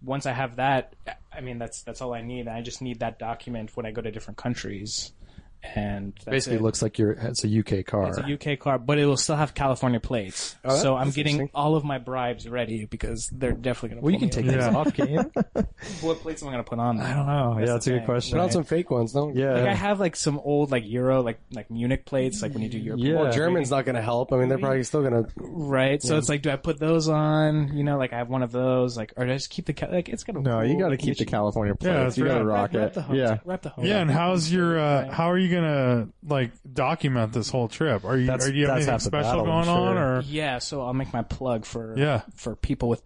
E: once I have that, I mean that's that's all I need. I just need that document when I go to different countries, and that's
A: Basically,
E: it.
A: it looks like you're. It's a UK car.
E: It's a UK car, but it will still have California plates.
A: Oh,
C: that-
E: so I'm
C: that's
E: getting
C: interesting.
E: all of my bribes ready because they're definitely going to.
A: well, you can take
B: Yeah.
A: this off, can you?
E: what plates am I going to put on? There?
A: I don't know. uh, yeah, that's a
E: the
A: good
E: thing.
A: question.
C: Put on some fake ones. No,
A: yeah.
E: Like I have like some old like Euro like like Munich plates like when you do Europe
A: yeah.
C: Well, German's not going to help. I mean, they're probably still going to.
E: right so it's like do I put those on you know like I have one of those like or do I just keep the ca- like it's gonna
D: No, you
E: rule.
D: got to keep the
E: should
D: California plates.
B: that's
D: you got to
B: right.
D: rock
E: wrap
D: it.
E: the home
D: Yeah.
E: wrap the home
B: Yeah, and how's your uh, how are you gonna like document this whole trip? Are you
A: That's-
B: are you have
A: that's
B: anything
A: half the battle,
B: special going
A: sure.
B: on or
E: Yeah, so I'll make my plug for
B: Yeah.
E: for people with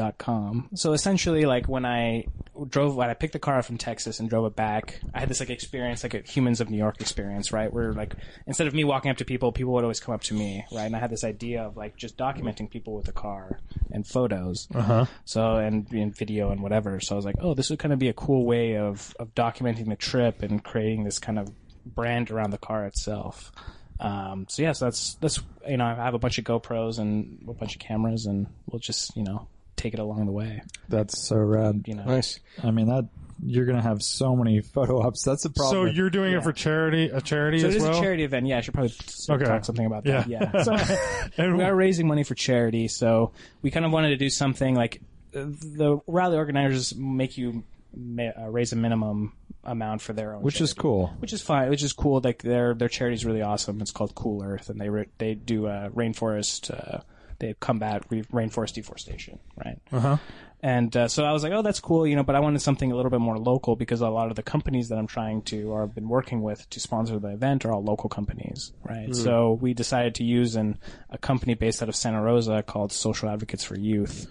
E: Penelope.com. So essentially, like when I drove, when I picked the car up from Texas and drove it back, I had this like experience, like a Humans of New York experience, right? Where like instead of me walking up to people, people would always come up to me, right? And I had this idea of like just documenting people with a car and photos, uh-huh. so and, and video and whatever. So I was like, oh, this would kind of be a cool way of of documenting the trip and creating this kind of brand around the car itself. Um, so yes, that's that's you know I have a bunch of GoPros and a bunch of cameras, and we'll just you know take it along the way.
A: That's so rad.
E: You know,
C: Nice.
A: I mean that you're gonna have so many photo ops. That's the problem.
B: So
A: with-
B: you're doing it for charity, a charity
E: so it
B: as
E: is
B: well.
E: a charity event. Yeah, I should probably s-
B: Okay.
E: talk something about that.
B: Yeah.
E: Yeah, So,
B: And-
E: we are raising money for charity, so we kind of wanted to do something like uh, the rally organizers make you ma- uh, raise a minimum amount for their own,
A: which is
E: charity.
A: cool.
E: which is fine, which is cool. Like their their charity's really awesome. It's called Cool Earth, and they re- they do uh, rainforest. Uh, they combat re- rainforest deforestation, right? Uh-huh. And uh, so I was like, oh, that's cool, you know. But I wanted something a little bit more local because a lot of the companies that I'm trying to or have been working with to sponsor the event are all local companies, right? So we decided to use an a company based out of Santa Rosa called Social Advocates for Youth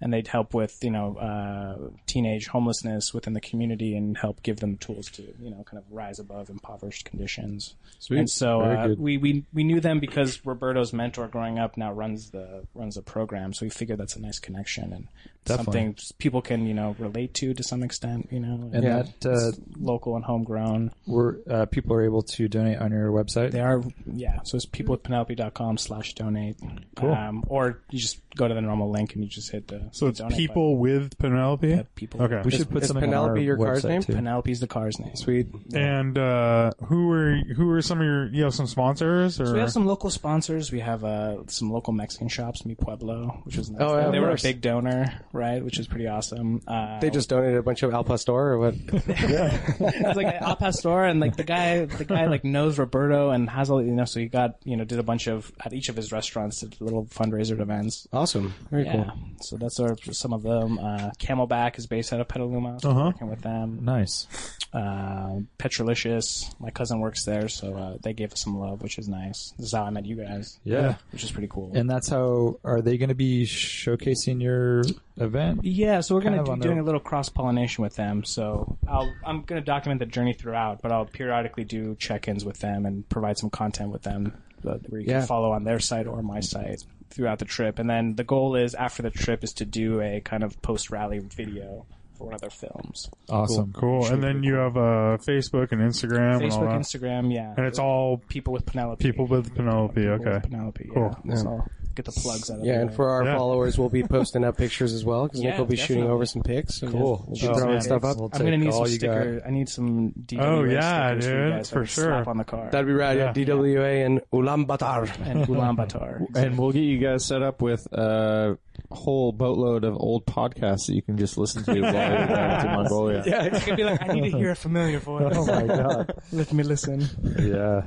E: and they'd help with you know uh, teenage homelessness within the community and help give them tools to you know kind of rise above impoverished conditions. And so uh, we, we we knew them because Roberto's mentor growing up now runs the runs the program, so we figured that's a nice connection and something people can you know relate to to some extent, you know,
A: And that uh,
E: it's local and homegrown.
A: we're uh, people are able to donate on your website.
E: They are, yeah. So it's peoplewithpenelope.com slash donate. Cool. Um, or you just go to the normal link and you just hit the
B: so it's
E: donate button.
B: people with Penelope.
E: people.
B: Okay.
A: We should put
C: is
A: something on
C: Penelope
A: our
C: your car's
A: website,
C: name?
A: too.
E: Penelope's the car's name.
C: Sweet.
B: And uh, who are who are some of your you have some sponsors or
E: So we have some local sponsors. We have uh, some local Mexican shops, Mi Pueblo, which was nice.
C: Oh, yeah,
E: they
C: of
E: were a
C: course.
E: big donor, right? Which is pretty awesome. Uh,
C: They just donated a bunch of Al Pastor or what?
E: it's like Al Pastor, and like the guy, the guy like knows Roberto and has all you know. So he got you know did a bunch of at each of his restaurants did little fundraiser events.
C: awesome. Very
E: Yeah,
C: cool.
E: so that's our, some of them. Uh, Camelback is based out of Petaluma.
C: Uh-huh.
E: So we're Working with them.
A: Nice.
E: uh, Petrolicious. My cousin works there, so uh, they gave us some love, which is nice. This is how I met you guys.
A: Yeah.
E: which is pretty cool.
A: And that's how are they going to be showcasing your event?
E: yeah, so we're
A: Kind
E: gonna
A: of
E: be
A: on
E: doing
A: their-
E: a little cross pollination with them. So I'll, I'm gonna document the journey throughout, but I'll periodically do check-ins with them and provide some content with them uh, where you
C: Yeah.
E: can follow on their site or my site throughout the trip. And then the goal is after the trip is to do a kind of post-rally video for one of their films.
A: Awesome.
B: cool. And then you have uh, Facebook and Instagram and all
E: Facebook,
B: that.
E: Instagram, yeah,
B: and it's all
E: people with Penelope.
B: people with Penelope.
E: People
B: Okay.
E: with Penelope.
B: Cool.
E: Yeah. So I'll get the plugs out of
C: Yeah,
E: the
C: and
E: way.
C: for our
B: Yeah.
C: followers, we'll be posting up pictures as well because
E: Yeah,
C: Nick will be shooting
E: definitely.
C: over some pics.
A: Cool.
C: We'll be
A: Oh,
C: throwing
A: man.
C: stuff up.
A: We'll
E: I'm gonna
A: take
E: need
A: all
E: some
A: you got.
E: sticker. I need some DWA
B: Oh, yeah,
E: stickers for
B: dude,
E: you guys that
B: for
E: I can
B: sure.
E: slap on the car.
C: That'd be rad. Yeah, DWA and Ulaanbaatar.
E: and Ulaanbaatar.
D: And we'll get you guys set up with a whole boatload of old podcasts that you can just listen to while you're driving to Mongolia.
E: It's gonna be like I need to hear a familiar voice. Oh my god! Let me listen.
A: Yeah.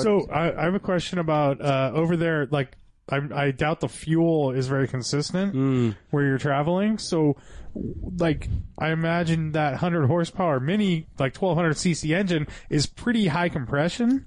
B: So I, I have a question about uh, over there. Like, I, I doubt the fuel is very consistent
C: Hmm.
B: where you're traveling. So, like, I imagine that 100 horsepower mini, like 1200 cc engine, is pretty high compression.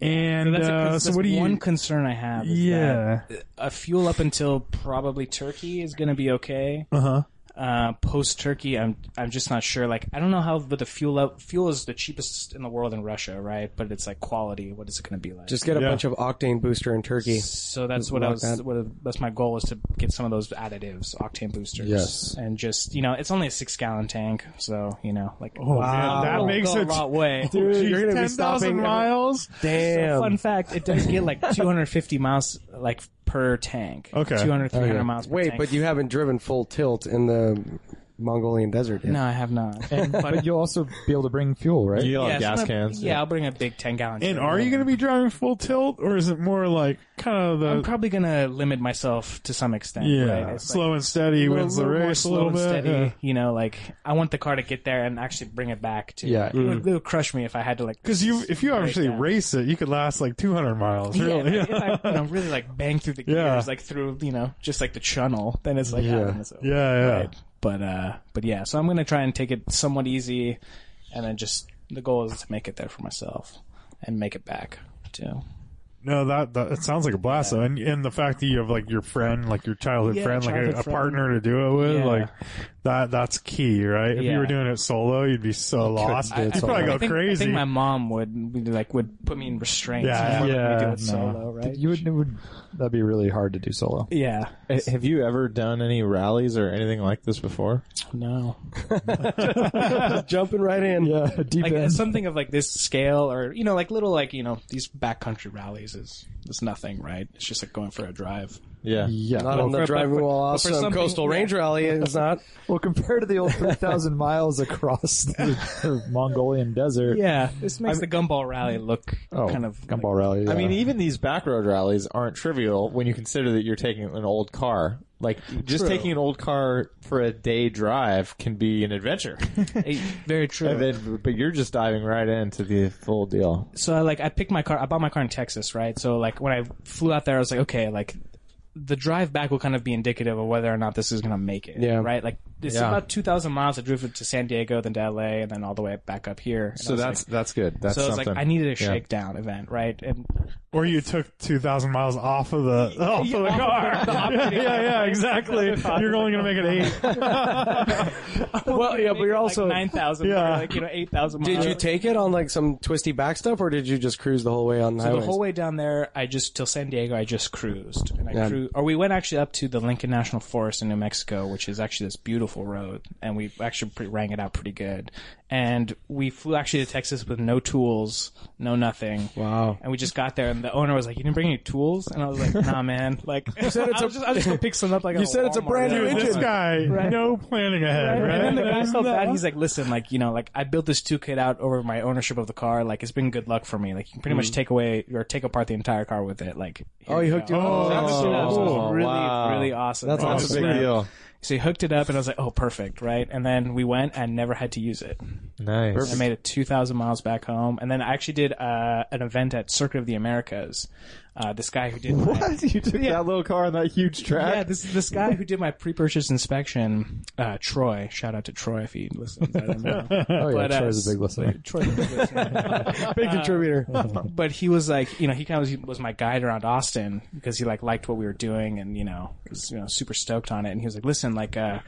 B: And
E: That's, a,
B: uh,
E: that's
B: so, what do you?
E: one concern I have. Is that
B: yeah.
E: a fuel up until probably Turkey is gonna be okay.
B: Uh-huh.
E: Uh, Post Turkey, I'm I'm just not sure. Like I don't know how, but the fuel up fuel is the cheapest in the world in Russia, right? But it's like quality. What is it gonna be like?
C: Just get a
B: Yeah.
C: bunch of octane booster in Turkey.
E: So that's what I
C: Like
E: was.
C: that.
E: What, that's my goal is to get some of those additives, octane boosters.
A: Yes.
E: and just you know, it's only a six gallon tank, so you know, like
B: Wow. Oh, that
E: It'll
B: makes
E: go
B: it-
E: a lot way.
B: Dude,
C: you're gonna
B: 10,000
C: be stopping every-
B: miles.
C: Damn.
E: Fun fact: It does get like 250 miles like per tank.
B: Okay.
E: 200, 300
A: Okay.
E: miles. Per
C: Wait,
E: tank.
C: but you haven't driven full tilt in the Mongolian desert yet.
E: No, I have not.
A: but you'll also be able to bring fuel, right?
D: You
E: Yeah,
D: have
E: so
D: gas
E: I'm gonna-
D: cans.
E: Yeah, I'll bring a big 10 gallon.
B: And are you going to be driving full tilt, or is it more like kind of
E: I'm
B: the
E: probably gonna limit myself to some extent.
B: yeah
E: right? It's like-
B: slow and steady
E: a
B: wins
E: little
B: the
E: more
B: race a
E: slow
B: little
E: and
B: bit?
E: steady.
B: Yeah.
E: You know, like I want the car to get there and actually bring it back to.
A: Yeah.
E: it,
B: Mm.
E: would, it would crush me if I had to like
B: Because you, if you actually
E: down.
B: race it, you could last like 200 miles.
E: Yeah,
B: Really.
E: if I, if I you know, really like bang through the gears,
B: Yeah.
E: like through you know just like the channel, then it's like
A: Yeah.
E: ah, then it's over.
B: Yeah, yeah.
E: Right. But uh, but yeah, so I'm gonna try and take it somewhat easy, and then just the goal is to make it there for myself and make it back too.
B: No, that, that it sounds like a blast though, and and the fact that you have like your friend, like your childhood
E: Yeah,
B: friend, like a, a
E: childhood friend.
B: partner to do it with,
E: Yeah.
B: like that that's key, right? If you
E: Yeah.
B: were doing it solo, you'd be so lost.
A: do it
B: You'd
A: solo.
B: probably
A: I
B: go
E: I think, I
B: crazy.
E: think my mom would be like would put me in restraints.
B: Yeah.
E: before
A: Yeah,
E: let me do
A: no.
E: it solo, right?
A: You would, it would that'd be really hard to do solo.
E: yeah,
D: Ha- Have you ever done any rallies or anything like this before?
E: no.
C: Jumping right in.
A: Yeah, deep
E: like
A: end.
E: something of like this scale or you know like little like you know these backcountry rallies is is nothing right it's just like going for a drive
D: Yeah.
A: yeah.
C: Not on
A: Well,
C: the driving while off
E: for
C: some
E: something-
C: coastal
E: yeah.
C: range rally. It's not.
A: well, compared to the old 3,000 miles across the, the Mongolian desert.
E: yeah this makes the gumball rally look
A: Oh,
E: kind of
A: gumball rally.
D: I
A: yeah.
D: mean, even these back road rallies aren't trivial when you consider that you're taking an old car. Like, just taking an old car for a day drive can be an adventure.
E: like, eh, very true
D: And then, but you're just diving right into the full deal.
E: so I like I picked my car. I bought my car in Texas, right? So like when I flew out there, I was like, okay, like the drive back will kind of be indicative of whether or not this is gonna make it.
C: Yeah.
E: Right. Like it's
D: Yeah.
E: about two thousand miles. I drove it to San Diego, then to LA, and then all the way back up here. And I
D: So
E: was
D: that's
E: like-
D: that's good. That's
E: so I was
D: something.
E: like, I needed a
D: Yeah.
E: shakedown event, right? And
B: or you took two thousand miles off of the off of the car. Oh, yeah, yeah, yeah, exactly. You're only gonna make it eight.
C: Well, yeah, but you're also.
E: nine thousand,
B: Yeah.
E: like you know, eight thousand.
C: Did you take it on like some twisty back stuff, or did you just cruise the whole way on the
E: So
C: highway?
E: the whole way down there, I just till San Diego, I just cruised, and I
C: Yeah.
E: cru- or we went actually up to the Lincoln National Forest in New Mexico, which is actually this beautiful road, and we actually pre- rang it out pretty good. And we flew actually to Texas with no tools, no nothing.
C: Wow.
E: And we just got there, and the owner was like, "You didn't bring any tools?" And I was like, "Nah, man. Like, you said it's a, just, I was just gonna pick some up. Like,
C: You said it's a brand new
B: Dude, this
C: engine.
B: guy, no planning ahead, right?
E: and then the guy felt bad. He's like, listen, like, you know, like, I built this 2K out over my ownership of the car. Like, it's been good luck for me. Like, you can pretty
D: Mm.
E: much take away or take apart the entire car with it. Like, here
C: Oh, he
E: you
C: hooked
E: go.
C: you up.
E: So I hooked it up. So it
D: Oh,
E: was really,
D: wow.
E: really awesome.
C: That's
E: So I
C: awesome.
D: That's
E: was
D: a big
E: like-
D: deal.
E: So he hooked it up, and I was like, oh, perfect, right? And then we went and never had to use it.
D: Nice.
E: I made it 2,000 miles back home. And then I actually did uh, an event at Circuit of the Americas. Uh, this guy who did my-
D: you took that little car on that huge track.
E: yeah, this this guy who did my pre-purchase inspection, uh, Troy. Shout out to Troy if he listens. I don't know.
A: oh, yeah,
E: but, uh,
A: Troy's a big listener.
E: Troy was listening.
C: Big contributor.
E: but he was like, you know, he kind of was, was my guide around Austin because he like liked what we were doing and you know was you know super stoked on it. And he was like, listen, like uh,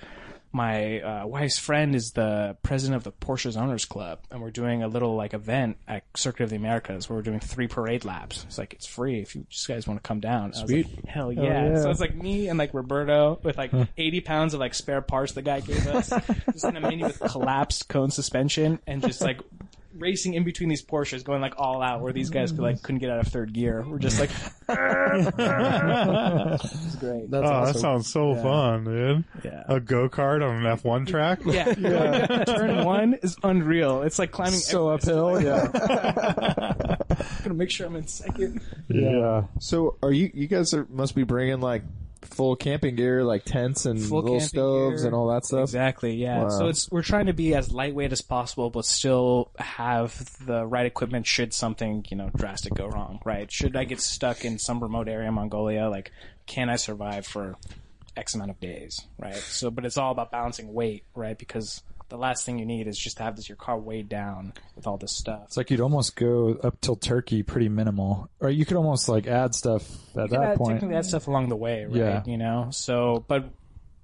E: my uh, wife's friend is the president of the Porsche's Owners Club, and we're doing a little like event at Circuit of the Americas where we're doing three parade laps. It's like it's free if you just guys want to come down. Sweet, hell yeah. So it's like me and like Roberto with like eighty pounds of like spare parts the guy gave us, just in a mini with collapsed cone suspension and just like racing in between these Porsches, going like all out, where these guys could, like couldn't get out of third gear. We're just like,
C: That's
A: Uh,
B: Oh, that
C: awesome.
B: sounds so fun, dude.
E: Yeah.
B: A go kart on an F1 track?
E: yeah, turn one is unreal. It's like climbing. So
A: uphill, yeah.
E: I'm gonna make sure I'm in second.
A: yeah.
D: So are you? You guys are, must be bringing like full camping gear, like tents and
E: Full
D: little
E: camping
D: stoves
E: gear.
D: and all that stuff.
E: Exactly. Yeah. So it's we're trying to be as lightweight as possible, but still have the right equipment should something you know drastic go wrong. Right? Should I get stuck in some remote area, in Mongolia? Like, can I survive for X amount of days? Right. So, but it's all about balancing weight, right? Because the last thing you need is just to have this your car weighed down with all this stuff.
A: It's like you'd almost go up till Turkey pretty minimal. Or you could almost like add stuff at that
E: add-
A: point.
E: Technically, that stuff along the way, right?
A: Yeah.
E: You know, so but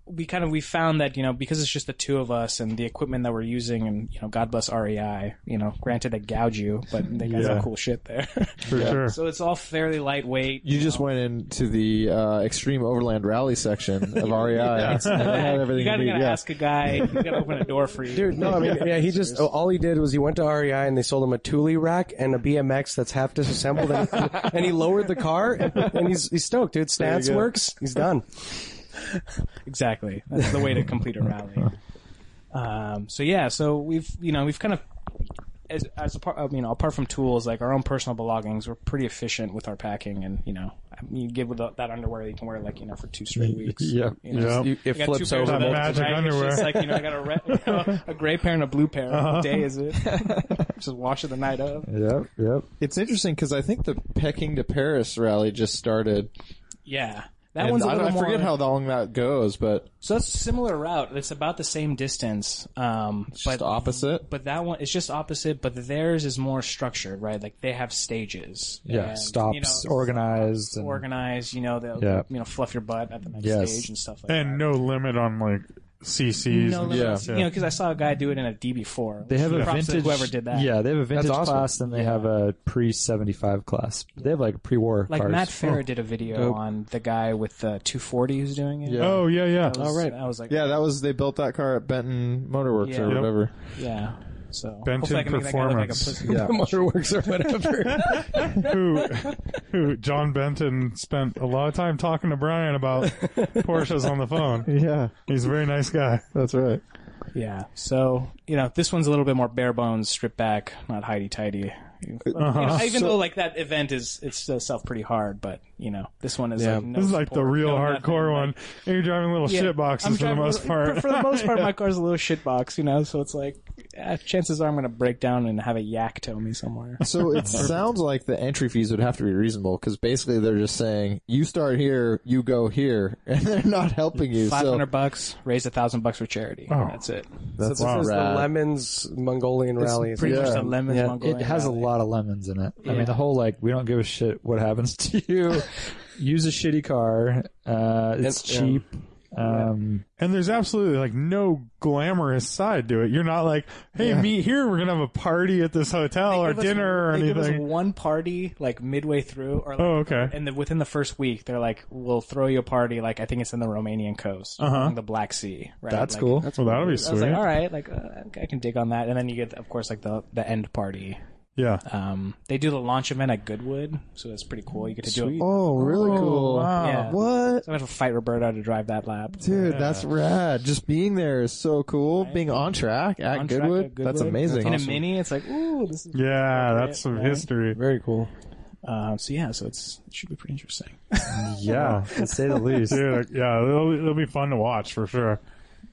E: we kind of we found that you know because it's just the two of us and the equipment that we're using and you know God bless REI, you know, granted they gouge you, but they got
B: Yeah.
E: some cool shit there.
B: For sure.
E: so it's all fairly lightweight.
D: You just went into the uh, extreme overland rally section of E REI. and they had everything
E: you gotta,
D: need,
E: gotta
D: yeah.
E: ask a guy. He's gotta open a door for you.
C: Dude, no, I mean, yeah, he just all he did was he went to REI and they sold him a Thule rack and a BMX that's half disassembled, and, and he lowered the car and, and he's he's stoked, dude. Stance
D: go.
C: works, he's done.
E: Exactly. That's the way to complete a rally. Um, so yeah, so we've you know we've kind of as as apart I mean apart from tools like our own personal belongings, we're pretty efficient with our packing, and you know I mean, you get with the, that underwear that you can wear like you know for two
D: Mm,
E: straight weeks.
A: yeah.
E: You know,
B: Yeah.
C: You- it
E: I got two
C: flips
E: pairs
C: over.
B: That
E: of those,
B: magic
E: right?
B: underwear.
E: It's just like you know, I got a red, you know, a gray pair and a blue pair.
C: Uh-huh.
E: What day is it? just wash it the night of.
A: Yep, yep.
D: It's interesting because I think the Pecking to Paris rally just started.
E: Yeah. That
D: And
E: one's a
D: I,
E: little
D: I forget
E: more-
D: how long that goes, but
E: So that's a similar route. It's about the same distance, um,
D: it's
E: but
D: just opposite.
E: but that one it's just opposite. But theirs is more structured, right? Like they have stages.
A: Yeah,
E: and, you know,
A: stops organized. and-
E: organized. You know, they'll
A: Yeah.
E: you know fluff your butt at the next
A: Yes.
E: stage and stuff like
B: And
E: that.
B: no limit on like CCs.
E: no,
B: and
E: limit-
D: Yeah.
E: you know, because I saw a guy do it in a DB4.
A: They have a
E: Props to
A: vintage.
E: whoever did that.
A: Yeah, they have a vintage
D: awesome.
A: class, and they have a pre seventy five class. They have like pre war
E: Like
A: cars. Oh.
E: Matt Farah did a video on the guy with the 240 who's doing it.
D: Yeah.
B: Oh yeah, yeah.
E: I was,
D: Oh, right.
E: I was like,
D: Yeah, that was they built that car at Benton Motorworks
E: Yeah.
D: or
E: Yep.
D: whatever.
E: yeah. So
B: Benton
E: hopefully I can make that guy look like a
B: Performance.
E: pussy.
D: Yeah.
C: Motorworks or whatever.
B: who, who John Benton spent a lot of time talking to Brian about Porsches on the phone.
D: Yeah,
B: He's a very nice guy.
D: that's right.
E: Yeah. So, you know, this one's a little bit more bare bones, stripped back, not hidey tidy.
B: Uh-huh.
E: even though like that event is it's still self pretty hard, but you know, this one is
C: Yeah.
E: like no
B: This is like the
E: support,
B: real
E: no
B: hardcore
E: nothing, like-
B: one. And you're driving little
E: Yeah.
B: shit boxes
E: I'm
B: for the
E: driving a
B: most
E: little-
B: part.
E: For, for the most part, my car's a little shit box, you know. So it's like, eh, chances are I'm going to break down and have a yak tow me somewhere.
D: So it sounds like the entry fees would have to be reasonable because basically they're just saying you start here, you go here, and they're not helping you.
E: Five
D: So
E: hundred bucks, raise a thousand bucks for charity.
B: Oh.
E: That's it.
D: that's
C: this is the
D: rad.
C: Lemons Mongolian Rally.
D: pretty
E: Pretty
D: Yeah.
E: much the lemons.
C: Yeah.
E: Mongolian
A: It has a
E: Valley.
A: lot of lemons in it. I mean, the whole like we don't give a shit what happens to you. Use a shitty car. Uh, it's
C: It's- yeah.
A: cheap. Um,
B: And there's absolutely like no glamorous side to it. You're not like, hey, meet here. We're gonna have a party at this hotel Oh, or
E: Give us-
B: dinner or
E: they give us
B: anything.
E: one party like midway through, or like,
B: Oh, okay.
E: And the, within the first week, they're like, "We'll throw you a party." Like I think it's in the Romanian coast, along the Black Sea. Right?
A: that's
E: Like,
A: cool.
B: well, that'll be
E: I was
B: Uh-huh. sweet.
E: like, "All right, like uh, I can dig on that." And then you get, of course, like the the end party.
B: Yeah.
E: Um, they do the launch event at Goodwood, so that's pretty cool. You get to do it.
D: oh, really cool.
E: Yeah.
D: What?
E: So I'm gonna fight Roberto to drive that lap.
D: Dude, that's rad. Just being there is so cool. Being on track at,
E: On track
D: Goodwood,
E: at Goodwood.
D: that's amazing.
E: In a mini, it's like, ooh, this is.
B: Yeah, that's some history.
C: Very cool.
E: Uh, so yeah, so it's it should be pretty interesting.
A: Yeah, to say the least.
B: Dude, like, yeah, it'll, it'll be fun to watch for sure.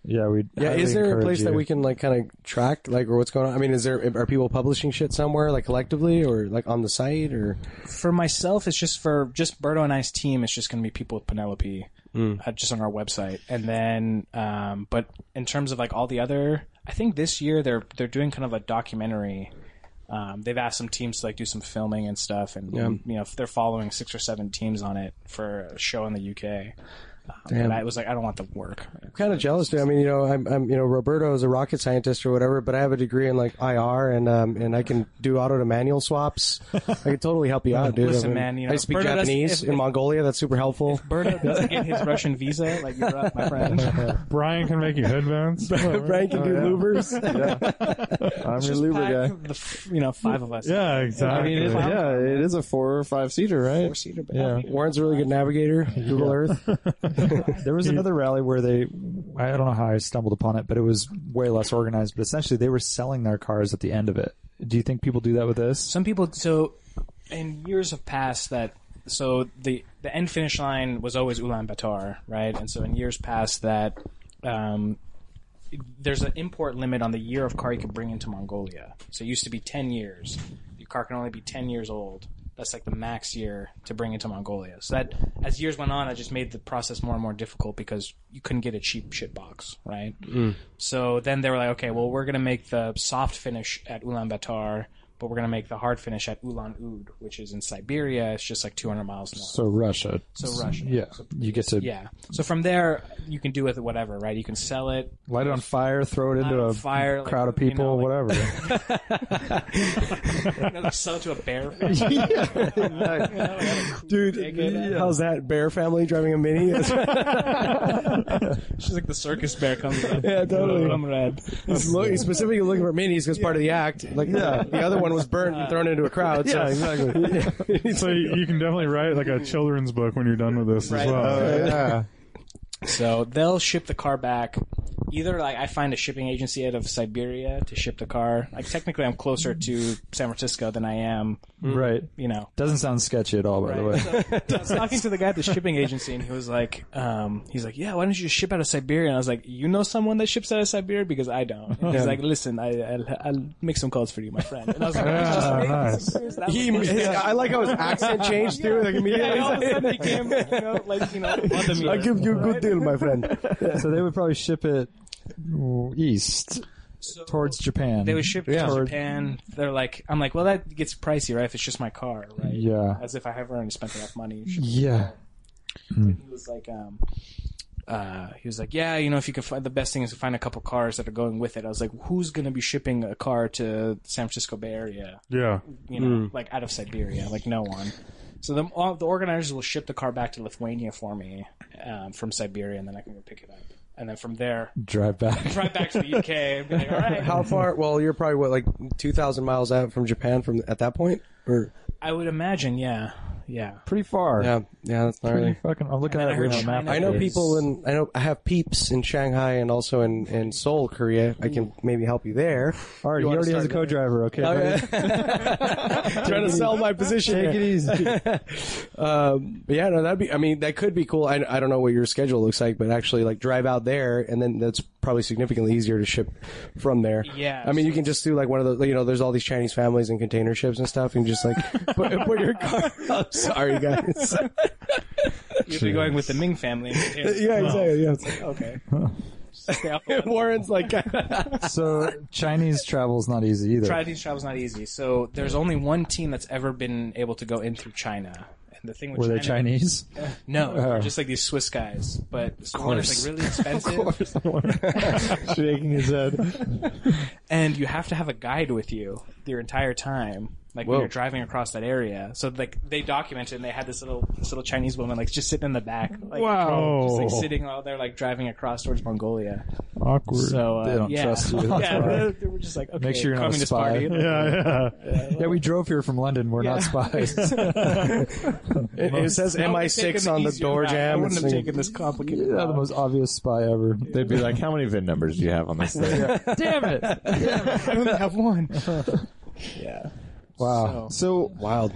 A: Yeah, we.
C: Yeah, is there a place that we can like kind of track like or what's going on? I mean, is there are people publishing shit somewhere like collectively or like on the site or
E: for myself, it's just for just Berto and I's team. It's just going to be people with Penelope, uh, just on our website, and then. Um, but in terms of like all the other, I think this year they're they're doing kind of a documentary. Um, they've asked some teams to like do some filming and stuff, and you know if they're following six or seven teams on it for a show in the UK. Um, and I was like, I don't want the work.
C: kind of jealous, dude. I mean, you know, I'm, I'm, you know, Roberto is a rocket scientist or whatever, but I have a degree in like IR and, um, and I can do auto to manual swaps. I could totally help you out, dude.
E: Listen,
C: I mean,
E: man, you know,
C: I speak
E: Roberto doesn't-
C: Japanese
E: if-
C: in Mongolia. That's super helpful.
E: Berto doesn't get his Russian visa, like you're up, my friend.
B: Brian can make you headbands.
C: Brian
E: Oh,
C: can do louvers.
D: I'm your Luba guy.
E: The f- you know, five of us.
B: Yeah, exactly.
E: I mean, it-
D: Yeah, it is a four or five seater, right?
E: Four seater, but
D: Yeah.
C: Warren's a really good navigator. Google Earth.
A: There was another rally where they, I don't know how I stumbled upon it, but it was way less organized. But essentially, they were selling their cars at the end of it. Do you think people do that with this?
E: some people so in years have passed that so the the end finish line was always Ulaanbaatar, right? And so in years past that um, there's an import limit on the year of car you can bring into Mongolia. So it used to be 10 years. Your car can only be 10 years old. That's like the max year to bring into Mongolia. So that, as years went on, that just made the process more and more difficult because you couldn't get a cheap shit box, right? So then they were like, okay, well, we're going to make the soft finish at Ulaanbaatar, but we're going to make the hard finish at Ulan Ud, which is in Siberia. It's just like 200 miles north.
A: So Russia.
E: So Russia.
A: Yeah, you get to
E: yeah. So from there, you can do with it whatever, right? You can sell it,
A: light it on fire, throw it
E: it
A: into
E: on
A: a
E: fire, like,
A: crowd of
E: you know,
A: people,
E: like-
A: whatever.
E: you know, like sell it to a bear. fan.
C: Dude, how's that bear family driving a mini?
E: She's like the circus bear comes up.
C: Yeah, totally.
E: I'm red.
C: He's, lo- he's specifically looking for minis because part of the act. Like the other one was burnt and thrown into a crowd. so. exactly.
B: so you, you can definitely write like a children's
C: Oh,
B: book when you're done with this as
E: Right.
B: well.
D: yeah.
E: So they'll ship the car back. either like I find a shipping agency out of Siberia to ship the car. Like technically, I'm closer to San Francisco than I am.
C: Mm-hmm.
A: Right.
E: You know,
A: Doesn't sound sketchy at all, by the way.
E: I was talking to the guy at the shipping agency, and he was like, um, "He's like, yeah, why don't you just ship out of Siberia?" And I was like, "You know someone that ships out of Siberia because I don't." And he's like, "Listen, I, I'll, I'll make some calls for you, my friend." And I was like,
B: Ah, nice.
E: "Just make-
C: He, his, I like how his accent changed too. Like immediately,
E: Yeah, all of a
C: he's
E: sudden
C: like,
E: he came, you know, like you know, on the
C: I
E: meter.
C: give you a good deal, my friend.
A: so they would probably ship it east towards Japan.
E: They would ship
A: Yeah.
E: to
A: Toward-
E: Japan. They're like, I'm like, well, that gets pricey, right? If it's just my car, right?
A: Yeah. Mm-hmm.
E: As if I have already spent enough money.
A: Yeah.
E: He was like, um, uh, he was like, yeah, you know, if you could find the best thing is to find a couple cars that are going with it. I was like, who's gonna be shipping a car to San Francisco Bay Area?
B: Yeah.
E: You know,
A: Mm.
E: like out of Siberia, like no one. So the all, the organizers will ship the car back to Lithuania for me um, from Siberia, and then I can go pick it up. And then from there,
A: drive back.
E: drive back to the UK and be like, all right.
C: How far? Well, you're probably what, like two thousand miles out from Japan from at that point, or
E: I would imagine, yeah, yeah.
A: Pretty far.
C: yeah, yeah, that's not really.
A: Pretty fucking. I'm looking
E: And
A: at
E: I
A: it right
E: heard
A: on a map.
E: China
C: I know
E: is-
C: people in I know I have peeps in Shanghai and also in, in Seoul, Korea. I can maybe help you there.
A: All right, he
C: wanna
A: already has a
C: start
A: co-driver. Okay.
E: Oh,
A: buddy.
C: Trying to sell my position.
A: Take it easy.
C: Um, but yeah, no, that'd be. I mean, that could be cool. I, I don't know what your schedule looks like, but actually, like drive out there, and then that's probably significantly easier to ship from there.
E: Yeah,
C: I mean, you
E: so-
C: can just do like one of those. You know, there's all these Chinese families and container ships and stuff, and just like put, put your car. I'm sorry, guys.
E: You'd be going with the Ming family.
C: yeah, exactly. Yeah.
E: Okay.
C: Warren's like,
A: so Chinese travel's not easy either.
E: Chinese travel's not easy. So there's only one team that's ever been able to go in through China. And the thing with
A: Were they
E: China-
A: Chinese?
E: No, they're
A: Oh.
E: just like these Swiss guys. But of course. like really expensive.
D: shaking his head.
E: and you have to have a guide with you your entire time like when
C: Whoa.
E: you're driving across that area so like they documented and they had this little this little chinese woman like just sitting in the back like
B: Wow.
E: just like sitting out there like driving across towards mongolia
B: Awkward.
E: so uh,
A: They don't
E: yeah.
A: trust you.
E: yeah
A: That's why.
E: they, they were just like okay
A: Make sure you're not a
E: communist
A: spy.
E: party
B: yeah, yeah.
A: Yeah, we drove here from London. We're not spies.
C: it, it says
E: I would've
C: MI6
E: taken
C: on
E: the
C: the
E: easier
C: door
E: route. I
C: jam.
E: wouldn't have
C: It's-
E: taken this complicated.
A: You're not the
E: route.
A: most obvious spy ever.
D: They'd be like, "How many VIN numbers do you have on this thing?"
A: Damn it!
E: I only have one. yeah.
A: Wow.
D: So wild.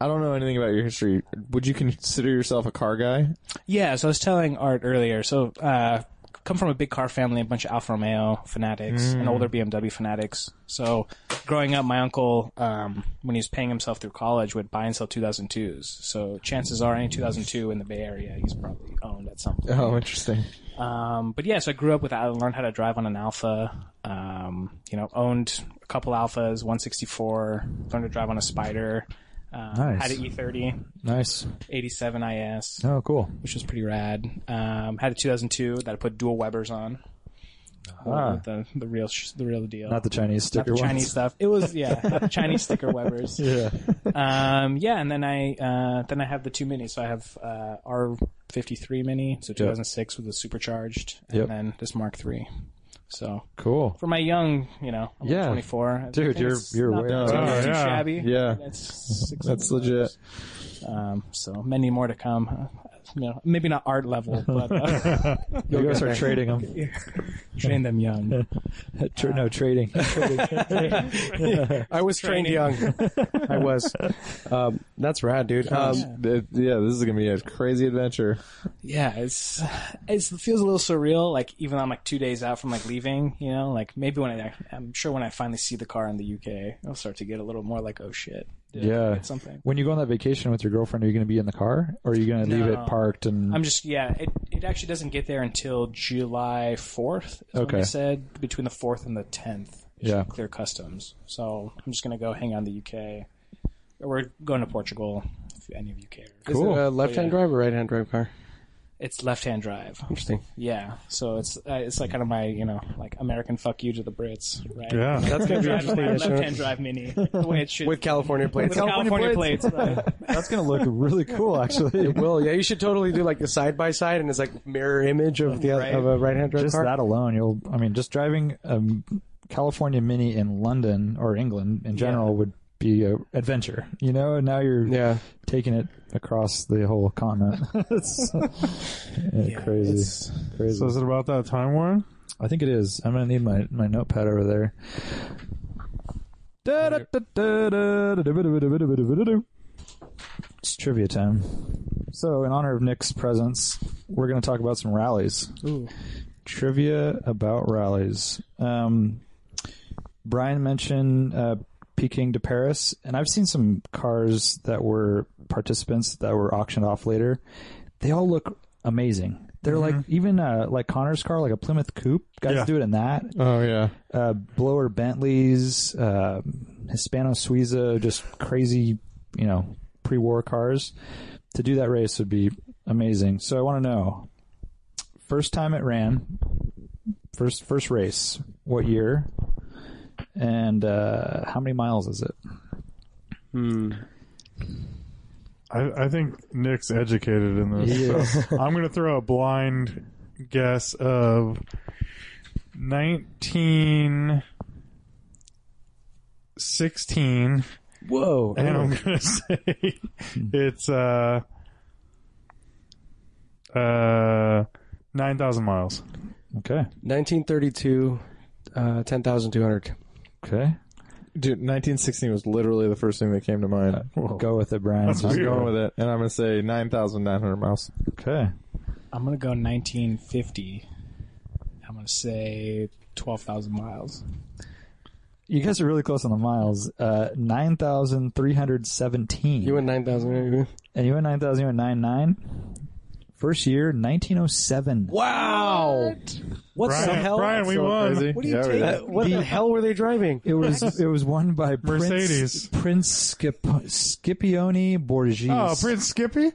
D: I don't know anything about your history. Would you consider yourself a car guy?
E: Yeah, so I was telling Art earlier. So, uh, come from a big car family, a bunch of Alfa Romeo fanatics and
A: Mm.
E: older BMW fanatics. So, growing up, my uncle, um, when he was paying himself through college, would buy and sell 2002s. So, chances are any 2002 in the Bay Area, he's probably owned at some point.
D: Oh, interesting.
E: Um, but yeah, so I grew up with I learned how to drive on an Alpha. Um, you know, owned a couple Alphas, 164. Learned to drive on a Spider. Uh,
A: Nice.
E: Had an E30,
A: Nice.
E: 87 IS
A: Oh, cool.
E: which was pretty rad. Um, had a 2002 that I put dual Webers on.
A: Ah.
E: With The, the real sh- the real deal.
A: Not the Chinese
E: Not
A: sticker
E: the Chinese stuff. It was yeah, not the Chinese sticker Webers.
A: ones. Yeah.
E: Um, yeah, and then I uh, then I have the two minis. So I have uh, R53 mini, so 2006 with the supercharged, and
A: Yep.
E: then this Mark III. So
A: Cool.
E: for my young, you know, I'm
A: Yeah.
E: 24. I
A: Dude,
E: think
A: you're-
E: it's
A: you're
E: not
A: way
E: too,
A: up
E: too
B: there. Oh, yeah.
E: shabby.
D: Yeah.
E: that's six
D: That's legit.
E: um, so many more to come. Uh, you know, maybe not art level, but uh,
A: You guys are trading them.
E: train them young.
A: Tra- no trading.
C: I was trained young. I was. Um, that's rad, dude. Um,
D: Th- yeah, this is gonna be a crazy adventure.
E: Yeah, it's, it's it feels a little surreal. Like even though I'm like two days out from like leaving, you know, like maybe when I I'm sure when I finally see the car in the UK, I'll start to get a little more like oh shit, did I
A: Yeah.
E: forget something.
A: When you go on that vacation with your girlfriend, are you going to be in the car, or are you going to leave
E: No.
A: it parked? And
E: I'm just yeah. It it actually doesn't get there until July fourth.
A: Okay.
E: I said between the fourth and the tenth.
A: Yeah.
E: Clear customs. So I'm just gonna go hang out in the UK. We're going to Portugal. If any of you care,
A: Cool.
C: Is it a left-hand drive or right-hand drive car?
E: it's left-hand drive.
C: Interesting.
E: Yeah. So it's uh, it's like kind of my you know like American fuck you to the Brits, right?
B: yeah.
C: That's gonna be
E: Drive
C: interesting.
E: my
C: yeah, sure.
E: left-hand drive mini the way it should
C: With California plates.
E: With California plates. right.
A: that's going to look really cool, actually.
C: Well, yeah, you should totally do like the side by side, and it's like mirror image of the
E: Right.
C: of a right-hand drive
A: just
C: car.
A: that alone, you'll. I mean, just driving a California Mini in London or England in general would be a adventure. You know, and now you're
C: Yeah.
A: taking it across the whole continent. it's yeah,
E: Yeah,
A: crazy,
E: it's-
A: crazy.
B: So is it about that time, Warren?
A: I think it is. I'm gonna need my, my notepad over there. It's trivia time. So, in honor of Nick's presence, we're going to talk about some rallies. Trivia about rallies. Um, Brian mentioned uh, Peking to Paris, and I've seen some cars that were participants that were auctioned off later. They all look amazing. They're like even uh, like Connor's car, like a Plymouth Coupe. Guys
B: Yeah.
A: do it in that
D: Oh yeah.
A: uh, blower Bentleys, uh, Hispano Suiza, just crazy, you know, pre-war cars. To do that race would be amazing. So I want to know, first time it ran, first first race, what year, and uh, how many miles is it?
B: I, I think Nick's educated in this.
A: He
B: so I'm going to throw a blind guess of 1916,
C: Whoa.
B: and I'm going to say
D: Hmm.
B: it's uh, uh, 9,000 miles.
A: Okay,
C: 1932, uh, 10,200.
A: okay,
D: Dude, 1916 was literally the first thing that came to mind.
A: go with it, Brian.
B: That's
D: I'm
B: weird.
D: going with it, and I'm gonna say 9,900 miles.
A: Okay,
E: I'm gonna go 1950. I'm gonna say 12,000 miles.
A: you guys are really close on the miles. Uh, nine thousand three hundred seventeen.
C: You went 9,000.
A: And you went 9000, you went 99. First year, 1907.
C: Wow. What the
B: Brian,
C: hell?
B: Brian we
D: so
B: won.
D: crazy.
C: What do you
D: Yeah, we
C: take?
D: did.
C: what the hell were they driving?
A: It was it was won by Prince-
B: Mercedes.
A: Prince Scip- Scipione Borghese
B: Oh, Prince Skippy?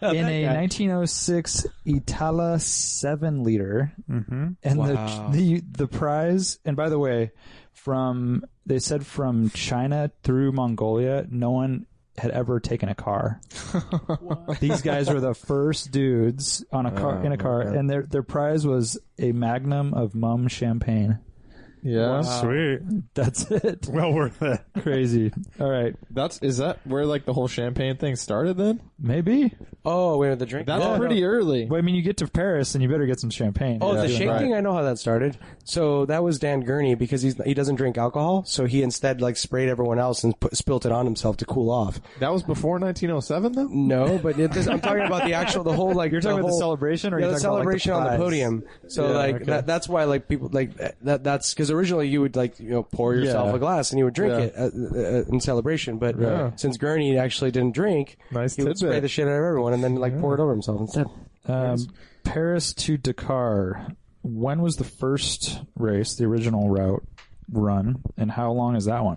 A: in a 1906 Itala 7 liter. Mm-hmm. And
C: Wow.
A: the the the prize and by the way from they said from China through Mongolia no one had ever taken a car. These guys were the first dudes on a car
B: Oh,
A: in a car and their their prize was a magnum of mum champagne.
D: Yeah,
B: Sweet.
A: That's it.
B: Well worth it.
A: Crazy. All right.
D: that's is that where like the whole champagne thing started? Then
A: Maybe.
C: Oh, wait, the drink.
D: that's
C: Yeah.
D: pretty early.
A: Well, I mean, you get to Paris and you better get some champagne.
C: Oh,
A: Yeah.
C: the shaking!
D: right.
C: I know how that started. So that was Dan Gurney because he's he doesn't drink alcohol, so he instead like sprayed everyone else and put, spilt it on himself to cool off.
D: That was before 1907, though.
C: No, but it, this, I'm talking about the actual the whole like
A: You're talking about the celebration, or
C: yeah,
A: you're
C: the
A: talking about, like, the
C: celebration on
A: prize?
C: the podium. So
A: Yeah,
C: like
A: okay.
C: that, that's why like people like that that's because originally you would like you know pour yourself
A: Yeah.
C: a glass and you would drink
D: Yeah.
C: it uh, uh, in celebration, but since Gurney actually didn't drink,
D: Nice
C: he would spray
D: tidbit.
C: the shit out of everyone and then like pour it over himself instead.
A: Um, Paris to Dakar. When was the first race, the original route run, and how long is that one?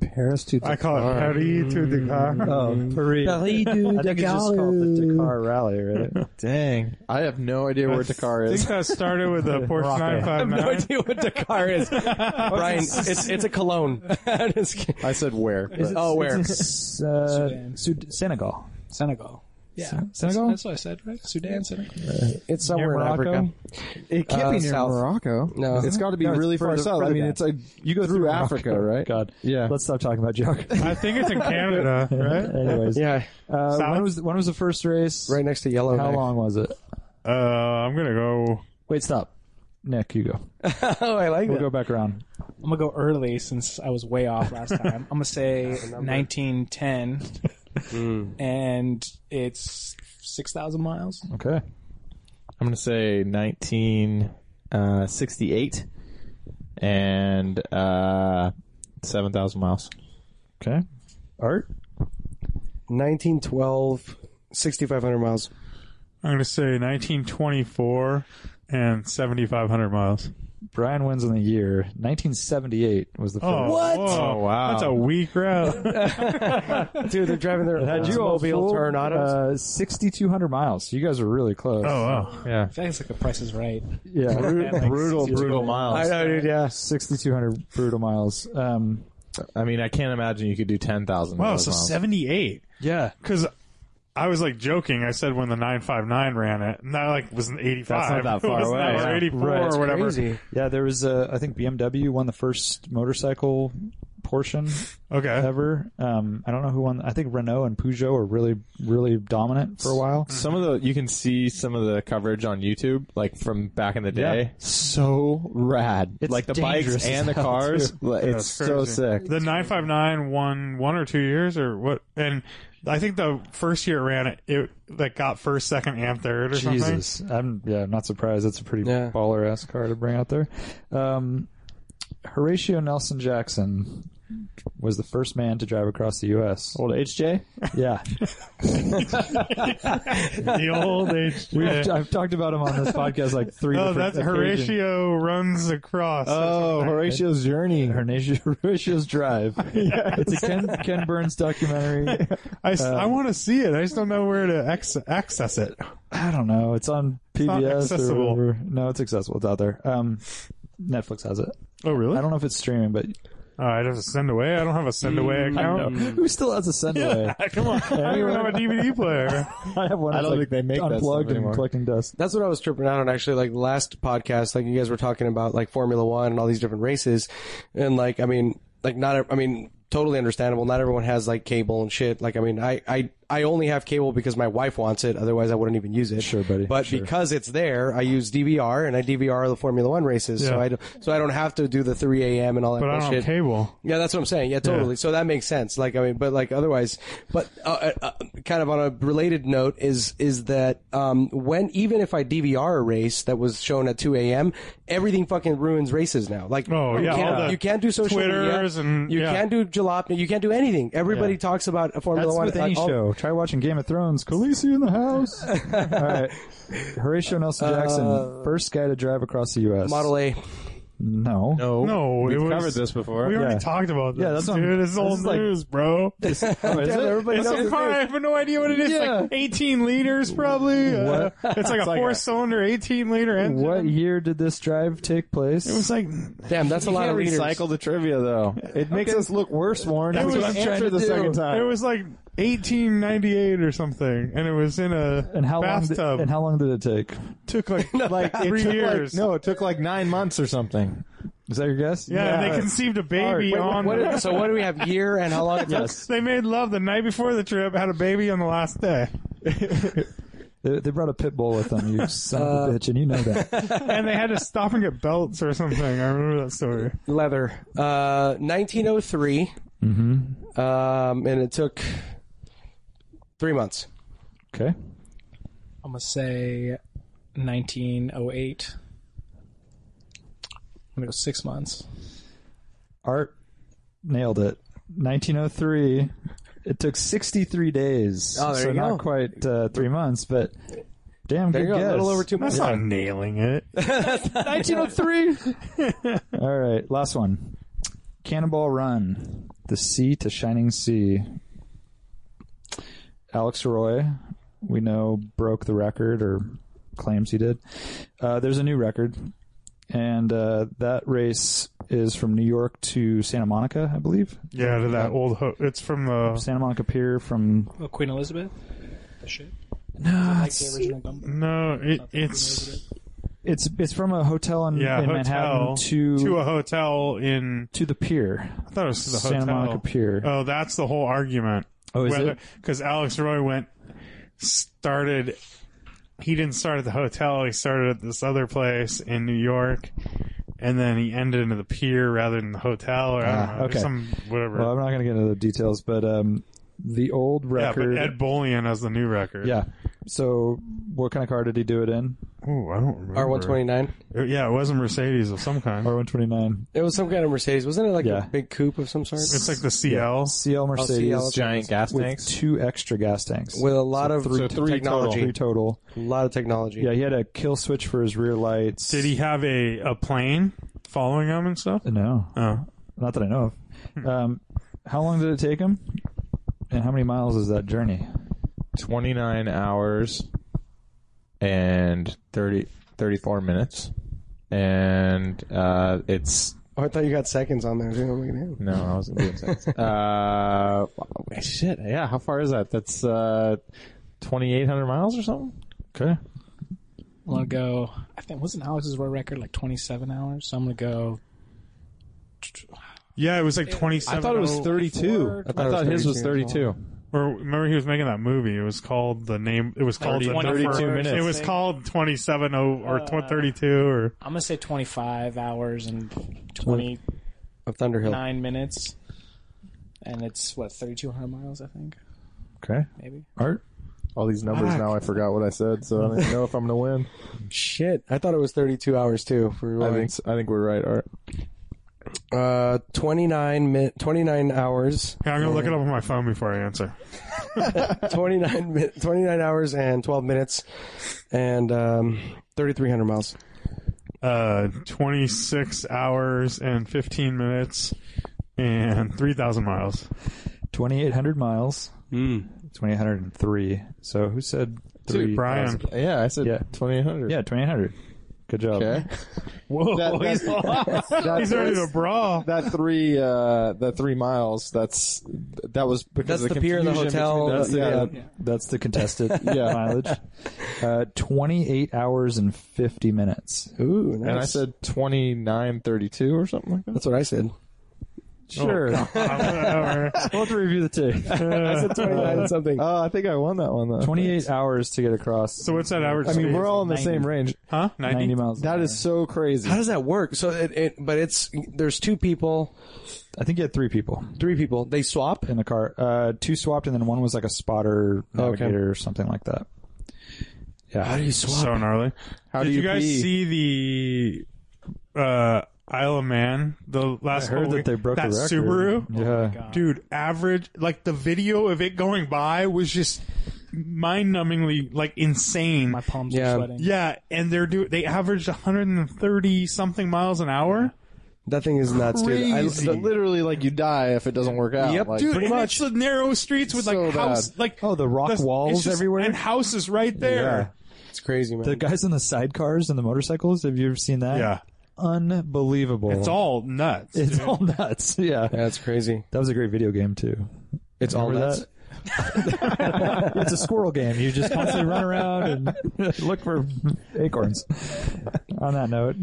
A: Paris to
B: I call it Paris to
D: Mm.
B: the car.
D: Uh,
A: Oh, Paris.
C: Paris
A: I think it's just called the Dakar Rally, right?
D: Dang, I have no idea where the car
B: I think
D: is.
B: that started with a Porsche 959.
C: no idea what Dakar is. Brian, it's it's a cologne. I'm just kidding.
D: I said where. but-
C: oh, where?
A: It's, uh,
E: Sudan.
A: Sud- Senegal.
E: Senegal. Yeah,
A: Senegal?
E: That's what I said, right? Sudan, Senegal.
C: It's somewhere in Africa.
D: it can't
C: uh,
D: be near
C: south.
D: Morocco.
C: No.
D: it's got to be
A: No, it's
D: really far
A: further-
D: south. I
A: further
D: mean,
A: down.
D: it's like you go through Africa, right?
A: God.
D: Yeah.
A: Let's stop talking about geography.
B: I think it's in Canada, right?
A: Anyways.
C: Yeah,
A: Uh,
B: South?
A: when was when was the first race?
C: right next to Yellow.
A: How long was it?
B: Uh, I'm gonna go.
A: Wait, stop. Nick, you go.
C: oh, I like
A: We'll
C: that.
A: go back around.
E: I'm gonna go early since I was way off last time. I'm gonna say 1910,
C: Hmm.
E: and it's 6,000 miles.
A: Okay.
D: I'm gonna say 1968 and uh, 7,000 miles.
A: Okay. Art?
C: 1912, 6,500 miles.
B: I'm gonna say 1924 and 7,500 miles.
A: Brian wins in the year. 1978 was the first.
B: Oh,
C: What?
B: whoa.
D: Oh, wow. Oh,
B: That's a weak route.
C: Dude, they're driving their
A: Had you all
C: automobile
A: fooled,
C: tornadoes.
A: Uh, 6,200 miles. You guys are really close.
B: oh, wow.
D: Yeah,
E: I think it's like the Price is Right.
A: Yeah.
D: brutal, brutal, miles.
C: know, dude. Yeah.
A: 6,200 brutal miles. Um,
D: I mean, I can't imagine you could do 10,000.
B: Wow,
D: of those
B: so
D: miles.
B: 78.
A: yeah.
B: Because I was like joking. I said when the 959 ran it, and that like was an 85.
D: That's not that far
B: It was-
D: away,
B: That was
D: yeah.
B: 84
A: Right.
B: or whatever.
C: Crazy.
A: Yeah, there was, uh, I think BMW won the first motorcycle portion
B: Okay.
A: ever. Um, I don't know who won. I think Renault and Peugeot were really, really dominant for a while.
D: Some of the you can see some of the coverage on YouTube, like from back in the day.
A: Yeah.
D: So rad,
A: It's
D: like the bikes
A: dangerous
D: and the
A: as hell,
D: cars. like,
B: Yeah,
D: it's so
B: crazy.
D: sick.
B: The 959 won one or two years or what? And I think the first year it ran it, it like got first, second, and third or something.
A: Jesus, I'm yeah, I'm not surprised. That's a pretty
C: Yeah.
A: baller ass car to bring out there. Um, Horatio Nelson Jackson was the first man to drive across the U.S.
D: Old HJ.
A: Yeah,
B: The old
A: We've,
B: HJ.
A: I've talked about him on this podcast like three.
B: Oh,
A: different
B: that's
A: occasions.
B: Horatio runs across.
D: Oh, Horatio's journey.
A: Horatio. Horatio's Drive. It's a Ken, Ken Burns documentary.
B: I, s-
D: uh,
B: I want to see it. I just don't know where to ex- access it.
A: I don't know. It's on
B: not
A: PBS or
B: accessible.
A: whatever. No, it's accessible. It's out there. Um, Netflix has it.
B: Oh, really?
A: I
B: I don't,
A: don't know if it's streaming, but
B: I'd have to send away. I don't have a send away
D: Mm,
B: account.
A: who still has a send away?
B: Come on. I don't even have a DVD player.
A: I have one.
D: I
A: that's,
D: don't
A: like,
D: think they make that stuff
A: unplugged
D: anymore.
A: and collecting dust.
C: That's what I was tripping out on actually. Like last podcast, like you guys were talking about like Formula One and all these different races, and like I mean, like not ev- I mean, totally understandable. Not everyone has like cable and shit. Like I mean, I I I only have cable because my wife wants it. Otherwise, I wouldn't even use it.
A: Sure, buddy.
C: But because it's there, I use DVR and I DVR the Formula One races, so
B: Yeah.
C: I don't, so I don't have to do the 3 a.m. and all that
B: But I
C: bullshit.
B: don't have cable.
C: Yeah, that's what I'm saying. Yeah, totally. So that makes sense. Like, I mean, but like otherwise, but uh, uh, uh, kind of on a related note is is that um, when even if I DVR a race that was shown at 2 a.m., everything fucking ruins races now. Like,
B: Oh, yeah,
C: you can't,
B: all the
C: you can't do social
B: Twitters
C: media.
B: and-
C: you
B: yeah.
C: can't do jalopy. You can't do anything. Everybody talks about a Formula
A: That's
C: One
A: with any
C: uh, all-
A: show. Try watching Game of Thrones. Khaleesi in the house. All right. Horatio Nelson Jackson, first guy to drive across the U.S.
C: Uh, Model A.
A: No.
D: No,
B: No,
D: we've
B: it was-
D: covered this before.
B: We already
A: Yeah.
B: talked about this,
A: Yeah, that's what I'm-
B: dude. It's
A: this
B: old
A: is like-
B: news, bro. It's,
A: Oh, is it?
C: Everybody knows
B: a
C: his
B: car. I
C: name.
B: have no idea what it is.
A: Yeah.
B: Like 18 liters, probably. Uh, it's like a
D: like a-
B: four-cylinder, 18-liter engine.
A: What year did this drive take place?
B: It was like
C: Damn, that's a
D: You
C: lot
D: can't
C: of liters.
D: recycle the trivia though. It makes us look worse, Warren. That's
B: was-
D: what I'm trying
B: answer
D: to the
B: do.
D: second time.
B: It was like 1898 or something, and it was in a
A: and how
B: bathtub.
A: long? Did, and how long did it take?
B: took like like
D: it
B: three
D: took
B: years.
D: Like, no, it took like nine months or something.
A: Is that your guess?
B: yeah, they conceived a baby on.
C: What is- so what do we have? Year and how long? it took?
B: they made love the night before the trip, had a baby on the last day,
A: They, they brought a pit bull with them. You son
C: Uh,
A: of a bitch, and you know that.
B: and they had to stop and get belts or something. I remember that story.
C: leather. Uh, 1903. Mm-hmm. Um, and it took three months.
A: Okay.
E: I'm gonna say 1908. I'm gonna go six months.
A: Art nailed it. 1903. It took 63 days.
C: Oh, there
A: so
C: you
A: not
C: go.
A: quite uh, three months, but damn
C: There
A: good
C: you go.
A: guess.
C: A little over two months.
B: That's not nailing it.
C: 1903.
A: All right, last one. Cannonball Run, the sea to shining sea. Alex Roy, we know broke the record or claims he did. Uh, there's a new record, and uh, that race is from New York to Santa Monica, I believe.
B: Yeah, to that old. Ho- it's from
C: Oh.
B: uh, the.
A: Santa Monica Pier from
E: Oh, Queen Elizabeth. The ship. No, like the original number.
B: No, it, it's
A: it's it's from a hotel in,
B: yeah,
A: in Manhattan
B: hotel
A: to
B: to a hotel in.
A: to the pier.
B: I thought it was to the
A: Santa
B: hotel.
A: Monica Pier.
B: Oh, that's the whole argument.
A: Oh, is it?
B: Because Alex Roy went started. He didn't start at the hotel. He started at this other place in New York, and then he ended into the pier rather than the hotel, or I
A: Ah,
B: don't know,
A: okay.
B: some whatever.
A: Well, I'm not going to get into the details, but um, the old
B: yeah,
A: record.
B: but Ed Bullion has the new record.
A: Yeah. So, what kind of car did he do it in?
B: Ooh, I don't remember.
C: R129.
B: It- Yeah, it wasn't Mercedes of some kind.
A: R129.
C: It was some kind of Mercedes. Wasn't it like
A: Yeah.
C: a big coupe of some sort?
B: It's like the CL.
A: CL Mercedes
C: CL.
D: Giant gas
A: with
D: tanks.
A: two extra gas tanks.
C: With a lot of
D: three- so three
C: technology.
A: three total.
C: A lot of technology.
A: Yeah, he had a kill switch for his rear lights.
B: Did he have a, a plane following him and stuff?
A: No,
B: Oh,
A: not that I know
B: Hmm.
A: of. Um, how long did it take him? And how many miles is that journey?
D: 29 hours and 30, 34 minutes. And uh, it's.
C: Oh, I thought you got seconds on there. Dude. I'm looking at it.
D: No, I was doing seconds. uh, shit. Yeah, how far is that? That's uh, 2,800 miles or something?
A: Okay.
E: I'm gonna go. I think wasn't Alex's world record like 27 hours. So I'm gonna go.
B: Yeah, it was like
D: I
B: 27.
D: thought it was 32. I
C: I thought it
D: thought
C: was
D: his was
C: 32.
D: 32.
B: oh, Or remember he was making that movie. It was called the name. It was called the
E: 24
B: number.
D: minutes.
B: It was called 27 o- or tw- 32 or
E: I'm gonna say 25 hours and 29
C: of Thunderhill.
E: minutes, and it's what 3,200 miles, I think,
A: Okay.
E: maybe.
A: Art?
D: All these numbers now, I forgot what I said, so I don't even know if I'm gonna win.
C: Shit, I thought it was 32 hours too. For
D: I
C: rewind.
D: think I think we're right. All right.
C: uh, 29 min- 29 hours,
B: Yeah, I'm gonna look it up on my phone before I answer.
C: 29 min- 29 hours and 12 minutes, and um, 3,300 miles.
B: Uh, 26 hours and 15 minutes and 3,000 miles.
A: 2,800 miles.
C: Mm.
A: 2,803. So who said three?
B: Brian,
D: Yeah, I said
A: Yeah.
D: 2800.
A: Yeah, 2,800. Good job.
D: Okay.
E: Whoa,
D: That- that-
E: he's lost.
B: he's ready to brawl.
D: that three uh that three miles that's that was because
C: That's
D: of the,
C: the pier in the
D: confusion
C: hotel,
D: between-
C: the-
D: that's-
C: yeah.
A: That's the contested
D: Yeah.
A: mileage. Uh, 28 hours and 50 minutes.
C: Ooh, nice.
D: and i said 2932 or something like that
C: that's what I said.
A: Sure. we'll have to review the tape.
C: I said 29 and something.
D: oh i think i won that one though
A: 28 hours to get across.
B: so what's that average?
D: i mean
B: speed?
D: we're all in the same range
B: huh? 90?
A: 90 miles. an
D: that
A: hour.
D: is so crazy
C: How does that work? So it, it but it's there's two people,
A: I think you had three people
C: three people. They swap.
A: in the car. Uh, two swapped, and then one was like a spotter, navigator, or something like that.
C: How do you swap?
B: So gnarly.
D: How
B: Did
D: do you
B: guys
D: pee?
B: see the uh, Isle of Man? The
A: I
B: last
A: heard
B: couple
A: Oh, that they
B: week-
A: broke
B: that
A: the record.
B: Subaru. Oh
A: Yeah.
B: Dude, average like the video of it going by was just mind-numbingly like insane.
E: My palms
C: Yeah.
E: are sweating.
B: yeah, and they're do they averaged 130 something miles an hour.
C: That thing is nuts, dude. I,
D: Crazy. literally like you die if it doesn't work out
C: Yep,
D: like,
B: Dude,
D: pretty
B: and
D: much
B: it's the narrow streets with like
D: So
B: house
D: bad.
B: like
A: Oh, the rock
B: it's
A: walls
B: just-
A: everywhere?
B: and houses right there.
C: it's crazy, man.
A: The guys in the sidecars and the motorcycles. Have you ever seen that?
B: Yeah.
A: Unbelievable.
B: It's all nuts.
A: It's all nuts. Yeah.
C: That's crazy.
A: That was a great video game too.
C: It's all
A: Remember
C: nuts.
A: that? it's a squirrel game. You just constantly run around and look for acorns. On that note,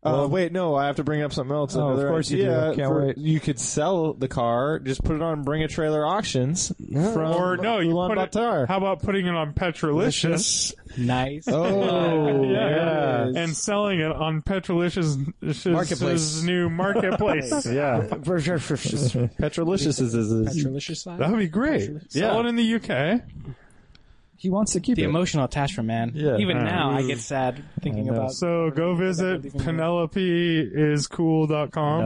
D: Uh, wait, no, I have to bring up something else.
A: Oh, of
D: Another
A: course you do.
D: idea
A: Can't
D: for-
A: wait.
D: You could sell the car, just put it on Bring a Trailer Auctions from
B: or no, you
D: Ulaanbaatar.
B: put it, how about putting it on Petrolicious
E: Nice.
D: Oh,
B: Yeah.
D: yes.
B: and selling it on Petrolicious'
C: Marketplace.
B: new marketplace.
D: Yeah, Petrolicious is, is, is
E: Delicious side.
B: That would be great. Sell it in the UK.
A: he wants to keep
E: the
A: it.
E: emotional attachment, man.
A: Yeah. Mm.
E: Even
B: Uh,
E: now, I get sad thinking
A: I know.
E: about.
B: So go visit
E: Leaving me.
B: PenelopeIsCool.com.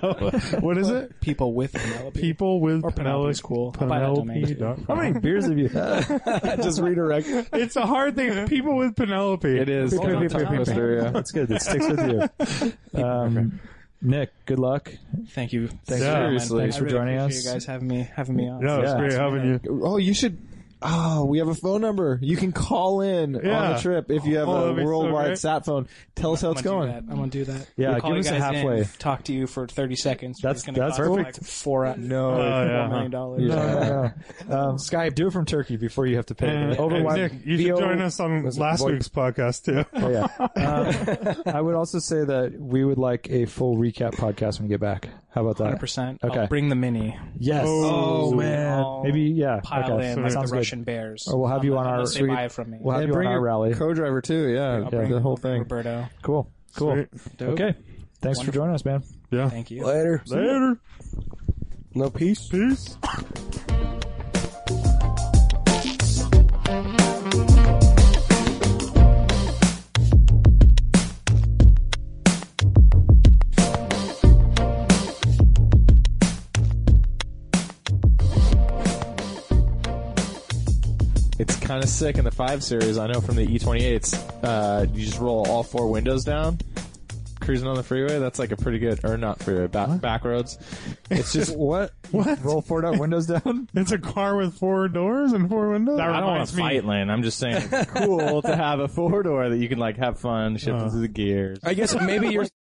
A: no,
B: What is it?
E: People with Penelope.
B: People with
E: Or Penelope's cool. I'll buy that domain.
B: Penelope. dot
A: how
B: com.
A: many beers have you had?
D: just redirect.
B: It's a hard thing. People with Penelope.
D: It is.
E: Hold on, Tom.
D: yeah.
A: That's good. That sticks with you. Um, Nick, good luck.
E: Thank you. Thanks
B: Yeah.
D: Seriously.
A: Thanks for joining us.
E: You guys having me having me on.
B: No, it's
A: Yeah.
B: great having you.
D: Oh, you should. Oh, we have a phone number. You can call in on
B: Yeah.
D: the trip if you have
B: Oh,
D: a
B: that'd be so
D: worldwide
B: great.
D: sat phone. Tell us how it's
E: I'm gonna do
D: going.
E: that. I'm gonna do that.
A: Yeah,
E: We'll call
A: give
E: you
A: us a
E: guys
A: halfway.
E: In, talk to you for 30 seconds.
A: That's-
E: It's gonna
A: that's
E: cost
A: perfect. Uh-huh.
E: Like four no,
B: Oh, yeah.
E: dollars.
A: Uh, um, Skype, do it from Turkey before you have to pay.
B: And, and
A: Overwatch-
B: Nick, you should
A: VO
B: join us on
A: was it
B: last
A: Voight?
B: week's podcast too.
A: Oh, yeah. Um, I would also say that we would like a full recap podcast when we get back. How about that?
E: 100%.
A: Okay.
E: I'll bring the mini.
A: Yes.
B: Oh,
E: man. I'll
A: Maybe yeah.
E: Pile
A: okay.
E: in like the
A: Sounds good.
E: Russian bears. Um,
A: Or we'll have you on our
E: Unless they
A: sweet-
E: buy it from me.
A: We'll have
D: And
A: you on
D: bring
A: our
D: your
A: rally.
D: co-driver too. Yeah,
A: bring
D: the whole thing.
E: Roberto.
A: cool. Cool.
C: Dope.
A: Okay. Thanks for joining us, man.
B: Oh, Yeah.
E: Thank you.
C: Later.
B: Later.
C: No peace.
B: Peace.
D: It's kind of sick in the five series. I know from the E28s, uh, you just roll all four windows down, cruising on the freeway. That's like a pretty good, or not freeway, back, back roads. It's just
A: What? What? Roll forward up, windows down.
B: It's a car with four doors and four windows.
D: I don't want
B: reminds
D: to
B: me-
D: fight, Lynn. I'm just
B: Uh-huh.
D: saying, it's cool to have a four door that you can like have fun, shift into the gears.
C: I guess maybe you're